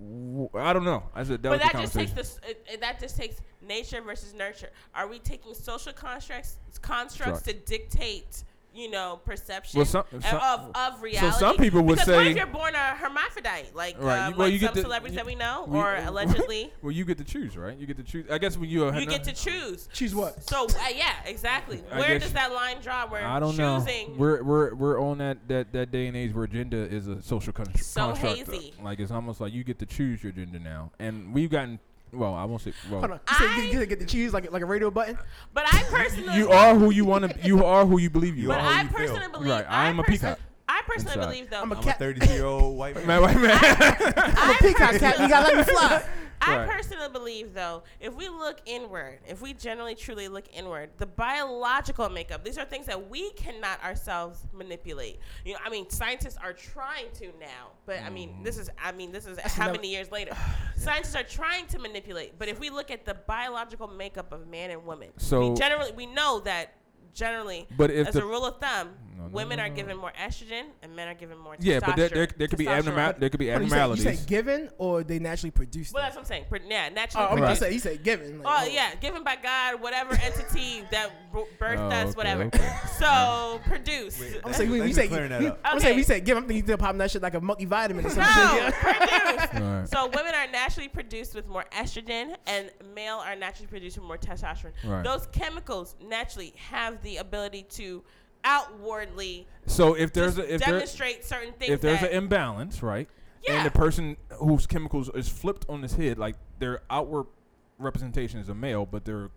wh- I don't know. That's a But delicate that just takes conversation. the s- it, it- that just takes nature versus nurture. Are we taking social constructs constructs to dictate, you know, perception Well, some- of, some- of of reality? some people would because what say- if you're born a hermaphrodite, like Right, um, you- well, like you get some the- celebrities you- that we know, we- *laughs* uh, or allegedly, well, you get to choose, right? You get to choose. I guess when you you get to choose. She's what? So uh, yeah, exactly. I Where guess- does that line draw? Where I don't know. choosing We're we're we're on that that that day and age where gender is a social con- So construct. uh, hazy. Like it's almost like you get to choose your gender now, and we've gotten. Well, I won't say. Well, Hold on. You said I- you get, get the cheese like like a radio button. But I personally *laughs* you are who you want to. You are who you believe you You But are. are. how I you feel. personally believe Right, I, I am a person- peacock I personally inside. believe though. I'm a I'm a cat. 32 year old white *laughs* Man, man. wait a minute. I'm a peacock cat. You gotta let *laughs* me fly. I Right. personally believe, though, if we look inward, if we generally truly look inward, the biological makeup, these are things that we cannot ourselves manipulate. You know, I mean, scientists are trying to now, but I mean, this is, I mean, this is how another- many years *sighs* later? Scientists are trying to manipulate, but if we look at the biological makeup of man and woman, So- we generally we know that generally, But if as the- a rule of thumb, No, no, women no, are no. given more estrogen and men are given more. *laughs* yeah, but there, there, testosterone- there could be testosterone. abnormal. There could be Hold on, you said- abnormalities. *laughs* You said given or they naturally produce. Well, them? that's what I'm saying. Pro- Yeah, naturally. Oh, I'm Right. gonna say you said given. like, Oh yeah, given by God, whatever entity that b- birthed Oh, us, okay, whatever. okay. So produce. Wait, I'm saying Thanks we, for- we thanks for say clearing that we- up. I'm saying we Okay. said give. I'm thinking they're popping that shit like a monkey vitamin or some No, shit. *laughs* Yeah. produce. All right. So women are naturally produced with more estrogen, and male are naturally produced with more testosterone. Right. Those chemicals naturally have the ability to outwardly So if there's just a, if there, demonstrate certain things. if there's that, an imbalance, right? Yeah. And the person whose chemicals is flipped on his head, like their outward representation is a male, but they're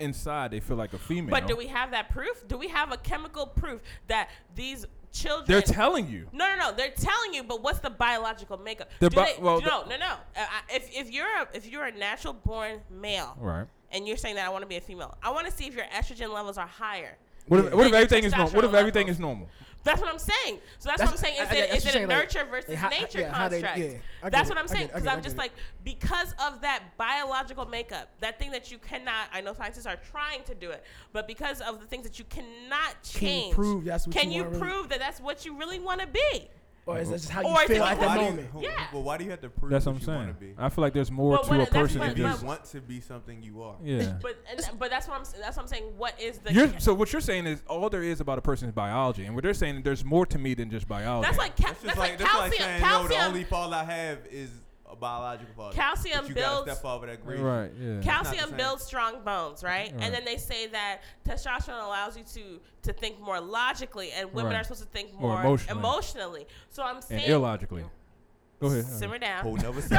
inside they feel like a female. but do we have that proof? Do we have a chemical proof that these children? They're telling you. No, no, no. They're telling you, but what's the biological makeup? The Do bi- they, well, no, no, no. Uh, I- if if you're a, if you're a natural born male, Right. and you're saying that I want to be a female, I want to see if your estrogen levels are higher. What if, what if Like everything is normal? What if testosterone everything levels. is normal? That's what I'm saying. So that's, That's- what I'm saying. Is I- I- it, that's is what it a I'm saying, like, nurture versus like, how- nature yeah, how they- construct? yeah, I get that's it. what I'm I get saying. it, I Because get I'm it, I just get like because of that biological makeup, that thing that you cannot. I know scientists are trying to do it, but because of the things that you cannot change, prove that's what can you you, wanna really- prove that that's what you really want to be? Or is that just how Or you is feel it- at Why that do you- moment? who- Yeah. Well, why do you have to prove That's what I'm what you want to saying. be? I feel like there's more But to what- a that's person my- than If you my- just want to be something, you are. *laughs* yeah. But and, but that's what I'm that's what I'm saying. What is the You're, so what you're saying is all there is about a person is biology, and what they're saying there's more to me than just biology. That's like ca- That's that's just like, like, that's like calcium. saying, no, the calcium. only fault I have is a biological fault. Calcium but you gotta builds- step off of that grade. right. Cal- not the Yeah. calcium same. builds strong bones, right? Right. And then they say that testosterone allows you to to think more logically, and women Right. are supposed to think More more, emotionally. emotionally. So I'm and saying illogically. Go ahead. Simmer *laughs* Whole down. never said.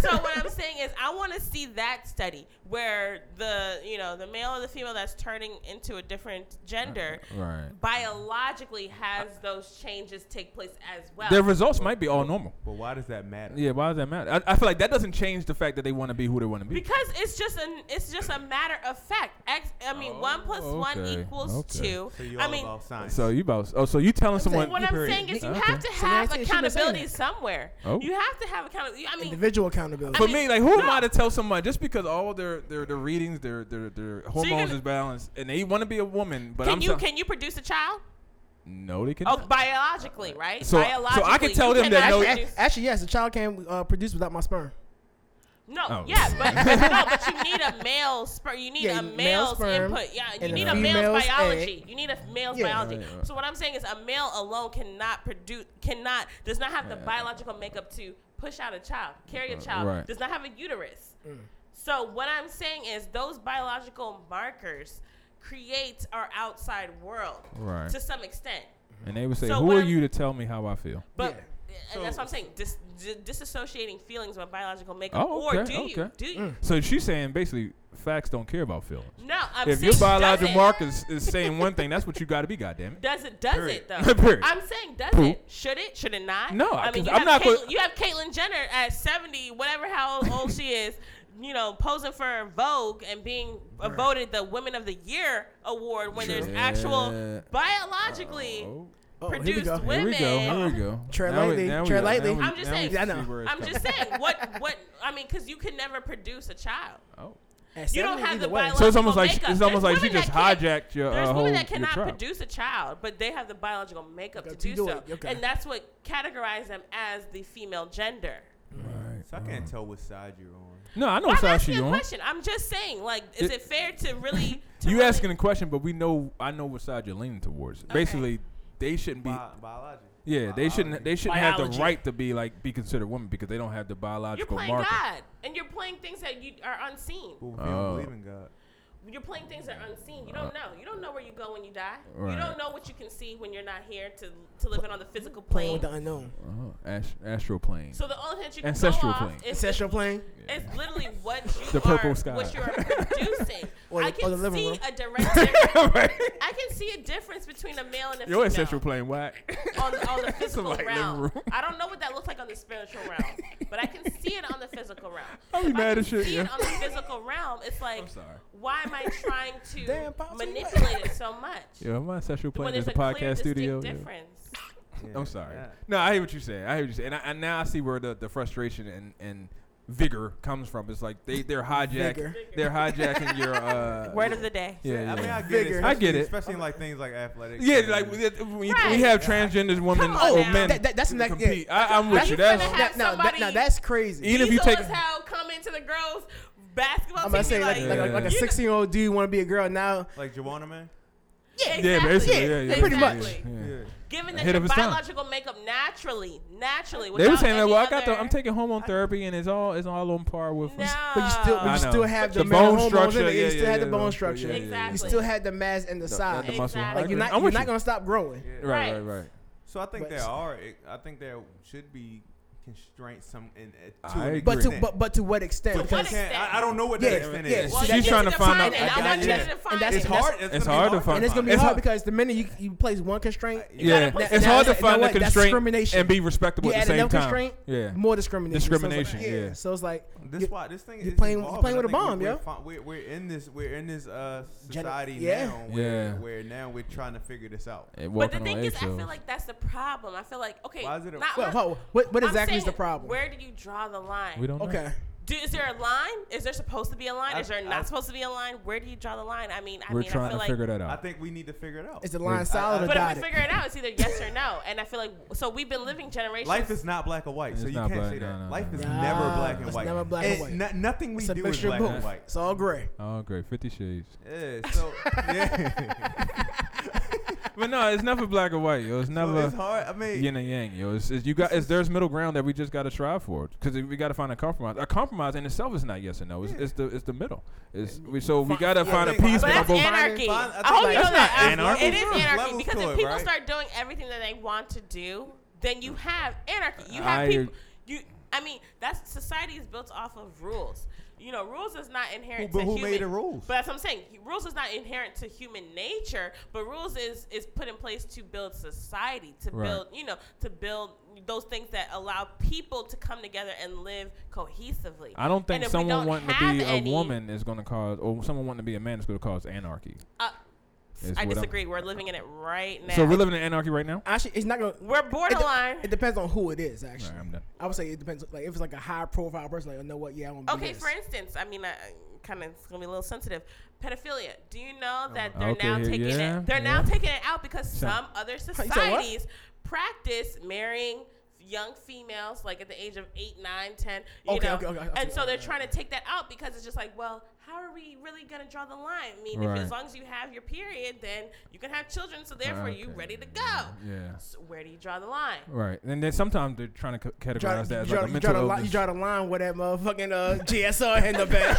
so what I'm saying is, I want to see that study where the you know the male or the female that's turning into a different gender Right. biologically has those changes take place as well. Their results might be all normal. but why does that matter? Yeah, why does that matter? I, I feel like that doesn't change the fact that they want to be who they want to be. Because it's just an it's just a matter of fact. X, I mean, one plus one Oh, okay, equals okay. two. So you all I mean, about science. So you about oh, so you telling someone saying- what I'm period. saying is you Okay. have to So have that's- it shouldn't have said accountability that. somewhere. Oh. You have to have accountability. I mean, Individual accountability. For mean, me, like who am no. I to tell someone just because all their their, their readings, their their their hormones gonna- is balanced, and they want to be a woman, but can I'm you so- can you produce a child? no, they can. Oh, biologically, right? So- so I could biologically, tell you them that cannot no- actually, produce- Oh, a- actually, yes. The child can uh, produce without my sperm. No, Oh. yeah, but no, but you need a male sperm. You need Yeah, a male male's sperm input. Yeah, you and a need a male's female's biology. You need a male's Yeah. biology. Right, right. So what I'm saying is, a male alone cannot produce, cannot, does not have the biological makeup to push out a child, carry a child, right. does not have a uterus. Mm. So what I'm saying is, those biological markers create our outside world Right. to some extent. and they would say, So "Who what are I'm- you to tell me how I feel?" But Yeah. and that's what I'm saying. Dis, di- disassociating feelings with biological makeup, Oh, or okay, do you? okay. Do you? So she's saying basically, facts don't care about feelings. No, I'm if saying your biological doesn't. mark is, is saying one thing, that's what you got to be. Goddamn *laughs* it! Does it? Does Period. it though? *laughs* Period. I'm saying, does Poop. it? Should it? Should it not? No, I mean, 'cause you have I'm not Caitlyn- gonna- you have Caitlyn Jenner at 70, whatever how old she is, you know, posing for Vogue and being uh, voted the Women of the Year award when there's Sure. Yeah. Oh. actual biologically. Oh, here we Produced go. with- Here we go. Here we Women. go. Tread Now we- lightly, now we- tread now we- lightly. I'm just now we saying- see I know. where it's I'm just *laughs* coming saying, what, what? I mean, because you can never produce a child. from. Oh. At You don't 70, have the either way. So biological it's almost like she, makeup. it's There's almost like she women just that can't- hijacked your There's uh, whole women that your cannot trial. produce a child, but they have the biological makeup to Got do, to do so, it, okay. and that's what categorize them as the female gender. Right. So I can't tell what side you're on. No, I Well, know what I'm side asking Oh, she a on. question. I'm just saying, like, is It- it, fair to *laughs* really? To You really- asking a question, but we know I know what side you're leaning towards. Basically, they shouldn't be. Bi- biology. yeah, they shouldn't. Biology. They shouldn't have the Biology. right to be like be considered women because they don't have the You're biological playing marker. God, and you're playing things that you are unseen. But if you Oh. don't believe in *laughs* God, You're playing things that are unseen. You don't know. You don't know where you go when you die. Uh, Right. You don't know what you can see when you're not here to to live in on the physical Playing plane. with the unknown. Oh, ast- astral plane. So the only thing that you can Ancestral go plane. off is Ancestral plane. It's literally what *laughs* you The purple are, sky. what you are *laughs* producing. Or I the- or can the living see room. a direct. difference. right. I can see a difference between a male and a Your ancestral female plane *laughs* whack. on the, on the physical like living realm. room. I don't know what that looks like on the spiritual realm, but I can see it on the physical realm. *laughs* I be If mad I as can shit, see yeah. it on the physical realm. It's like, sorry. why am I trying *laughs* to Damn, Pops, you manipulate it so much? Yeah, my ancestral When plane there's is a, a podcast clear, studio. studio yeah. difference. yeah, I'm sorry. yeah. No, I hear what you're saying. I hear what you're saying. And, I, and now I see where the, the frustration and, and vigor comes from. It's like they, they're hijacking. Vigor. They're hijacking your. Uh, Word of the day. yeah, I yeah. mean, I get Vigor. it. I get especially- it. Especially in like things like athletics. yeah, and- like we, that- we, we Right. have transgender women on or now. men. That- that- that's the next- yeah. compete. I, I'm with You you. finna That's have now, that, somebody- now that's crazy. even if you Diesel take. as hell come into the girls' basketball I'm team. about to say be like, like, like, like, like a you know- 16 year old dude want to be a girl now. Like Joanna Man? Yeah, Exactly. basically. Yeah, yeah, pretty yeah, much. yeah, yeah. Given Ahead that your of his time. biological makeup naturally, naturally. They were without saying that. any Well, I got the. other- I'm taking hormone therapy, and it's all it's all on par with. No. But you still, but I you know. still have The the, bone bone structure, structure. yeah, you still yeah, had the yeah, bone yeah, structure. yeah, yeah, yeah. You still had the mass and the Not size. the muscle. Exactly. I like you're not, agree. I'm you're with not you. gonna stop growing. Yeah. Right, right, Right. right. So I think But- there are. I think there should be constraints some in, uh, to I an agree. But to extent. but but to what extent? But you what can't- extent? I, I don't know what Yeah, that extent yeah. is. Well, Well, She's you trying need to find define out- it. I I want you got to it. define And that's- it. It's hard. It's gonna be hard to find- and it's gonna be It's hard hard. because the minute you, you place one constraint, You Yeah, gotta put- it's now hard to it's like, you find know a what? That's constraint discrimination. and be respectable you at add the same another time. constraint, yeah, more discrimination. So it's like, Discrimination, yeah. So it's like This you- why this thing you're is playing- you're evolving. I playing with a think we- bomb, we're yo. fi- We're, we're in this. We're in this uh, Gen- society yeah. now. Where, Yeah. where now we're trying to figure this out. And But the walking on thing is, I feel eggshells. like that's the problem. I feel like okay, Why is it a- not- well, hold- what what I'm exactly is the saying, problem? Where do you draw the line? we don't know. okay, Do, is there a line? Is there supposed to be a line? I- is there I- not supposed to be a line? Where do you draw the line? I mean, I We're mean, I trying feel to like, figure that I out. think we need to figure it out. is the line I- I- solid or but if dotted? we figure it out, it's either yes or no. And I feel like so we've been living generations. Life is not black or white, so It's you not can't black, say that. no, no, no, Life is no. never Nah, black and it's white. never black and white. no- nothing we It's a do is mixture of black and both. white. It's all gray. Oh, great, Fifty Shades. *laughs* Yeah. So yeah. but no, it's never black or white, yo. It's so never it's hard. I mean, yin and yang, yo. It's, it's you got. It's, there's middle ground that we just got to strive for because we got to find a compromise. A compromise in itself is not yes or no. It's, it's the it's the middle. It's we so we Fi- got to yeah, find a I think- peace. But I that's on think- both. anarchy. I think- I hope you that's know that. not I- anarchy. It is There's anarchy levels because to if it, people right? start doing everything that they want to do, then you have anarchy. You I- have people. You. I mean, that's society is built off of rules. You know, rules is not who, inherent but to who human. made the rules? But that's what I'm saying. Rules is not inherent to human nature, but rules is is put in place to build society, to Right. build you know, to build those things that allow people to come together and live cohesively. I don't And think if we someone don't wanting to have be any- a woman is going to cause, or someone wanting to be a man is going to cause anarchy. Uh, is what I I'm- disagree. We're living in it right now. So we're living in anarchy right now. Actually, it's not gonna. We're borderline. It, de- it depends on who it is. Actually, Alright, I'm done. I would say it depends. Like if it's like a high profile person, like you know what? Yeah, I want. Okay, this. for instance, I mean, I kind of it's gonna be a little sensitive. Pedophilia. Do you know that my- they're now Oh, Okay, taking yeah, it? They're yeah. now taking it out because So- some other what? societies practice marrying young females like at the age of eight, nine, ten. You Okay, know? okay, okay, I see and what so you're they're saying. trying to take that out because it's just like, well, how are we really gonna draw the line? I mean, Right. if, as long as you have your period, then you can have children. So therefore, you Okay. ready to go. Yeah. So where do you draw the line? Right. And then sometimes they're trying to c- You categorize draw, that as you, draw, like a you, draw mental the li- illness. you draw the line with that motherfucking uh, GSR in the *laughs* back.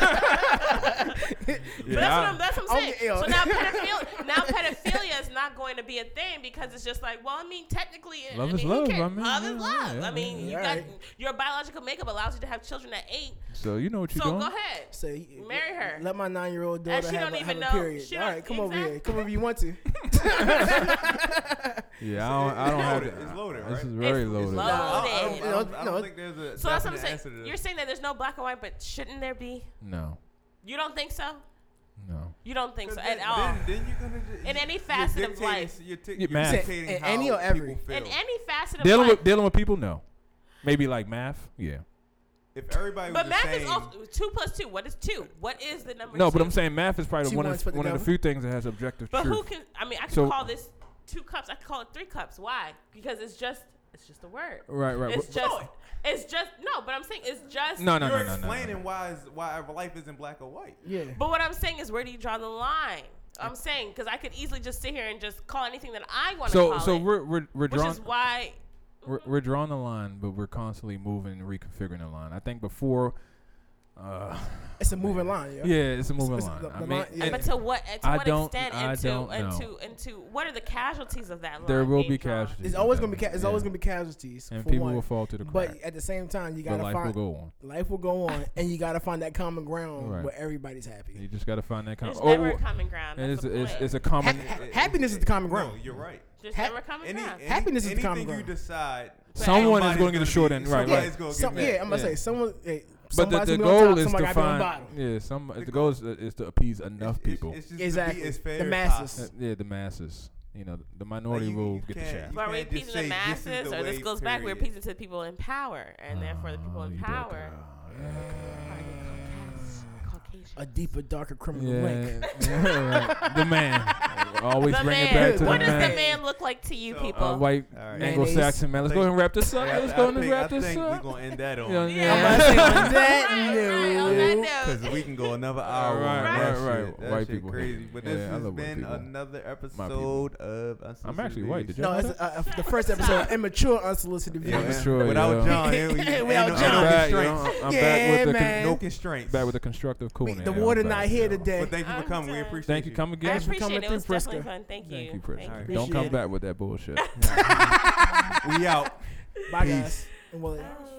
But that's, what I'm, that's what I'm saying. Okay, yo. Oh, So now *laughs* pedophilia, now pedophilia is not going to be a thing because it's just like, well, I mean, technically, I- Love I is mean, who love. cares? I mean, love yeah, is love. yeah, I mean, yeah. you got Alright. your biological makeup allows you to have children at eight. so you know what you're so doing. go ahead. so you- Marry her. Let my nine year old daughter she have, don't a, even have a know- period. she All don't- right, come over here. exactly. Come over if you want to. Yeah, I don't, I don't have It's to- loaded, This right? is very It's loaded. loaded. I don't, I don't- I Loaded. don't- I don't No, think there's a So that's what I'm definite saying. answer to this. You're saying that there's no black and white, but shouldn't there be? No, You don't think so? no. You don't think so Because at all? Then, then you're gonna ju- In any you're facet of dictating- life. You're, tic- Get you're mad. dictating In how any or every. people feel. In any facet of Dealing life. with dealing with people, no. Maybe like math, yeah. if everybody was But the math same, is also two plus two. What is two? What is the number? No, but two? I'm saying math is probably Two one ones of put one of the together. few things that has objective But who truth. can? I mean, I can So- call this two cups. I can call it three cups. Why? Because it's just it's just a word. Right, right. It's Wh- just it's just no. But I'm saying it's just No, no, you're no, no, no, no, explaining no. why is why our life isn't black or white. *laughs* Yeah. But what I'm saying is, where do you draw the line? I'm saying because I could easily just sit here and just call anything that I want to So call so it, we're we're we're which drawing is why we're, we're drawing the line, but we're constantly moving and reconfiguring the line. I think before. Uh, It's a moving line. yeah, it's a moving it's line. the- I the mean, line- yeah. and But to what to I what don't- extent I and to don't and know. to and to what are the casualties of that line? there will being be drawn? casualties. It's always gonna be and ca- everything. it's Yeah. always gonna be casualties. and for people one. will fall to the crack. But at the same time, you But gotta life find will go on. life will go on, and you gotta find that common ground Right. where everybody's happy. You just gotta find that common. There's Oh, never a oh, common ground. and That's it's, the it's point. it's a Ha- common. ha- happiness is the common No, ground. you're right. There's ha- never a common Any, ground. any- Happiness is the anything common you ground. decide, someone is somebody's going to get gonna the short be- end. Right, somebody's right. gonna get Some, mad. yeah, I'm gonna Yeah. say someone. Hey, But the, somebody's the gonna be on goal top, is somebody to gotta be on find. bottom. Yeah, some the, The goal is, is to appease enough It's- it's- people. it's just to be Exactly. as fair The as masses. possible. Uh, yeah, the masses. You know, the minority you- will you get the can't- shaft. you But are we can't just appeasing the say this is masses, the or this way, goes back? We're period. appeasing to the people in power, and therefore the people Oh, in you power don't- uh, are Caucas- A Caucasian. deeper, darker criminal link. yeah, yeah, right. the man. Always The bring it man. back to what the does man. the man look like to you, So, uh, people? *laughs* Uh, white All right. Anglo-Saxon man. Let's go ahead and wrap this up. I, Let's I go ahead and think, wrap I this think up. we're gonna end that on Yeah, yeah. I'm gonna say on Right, that right, on note. that note. *laughs* Because we can go another hour. All on right, that right, shit. right. That White shit people hate crazy. it. But Yeah, this I has love white been people. another people. episode of I'm actually white. Did you No, know it's that? uh, uh, the first episode *laughs* of Immature Unsolicited Yeah, Views. Sure, man. Without yeah. John, here we Without ain't no- John. I'm back, ain't you no know, constraints. I'm Yeah, back with the man. con- No constraints. back with the constructive We- coolness. the water I'm not back. here But today. thank you for I'm coming. We done. appreciate Thank you. Come I again. Thanks for appreciate coming it. It through, was definitely Prisca. fun. Thank you. Thank you, Prince. Thank *laughs* Don't Appreciate come *laughs* it. back with that bullshit. *laughs* We out. Bye, guys. And we'll- you.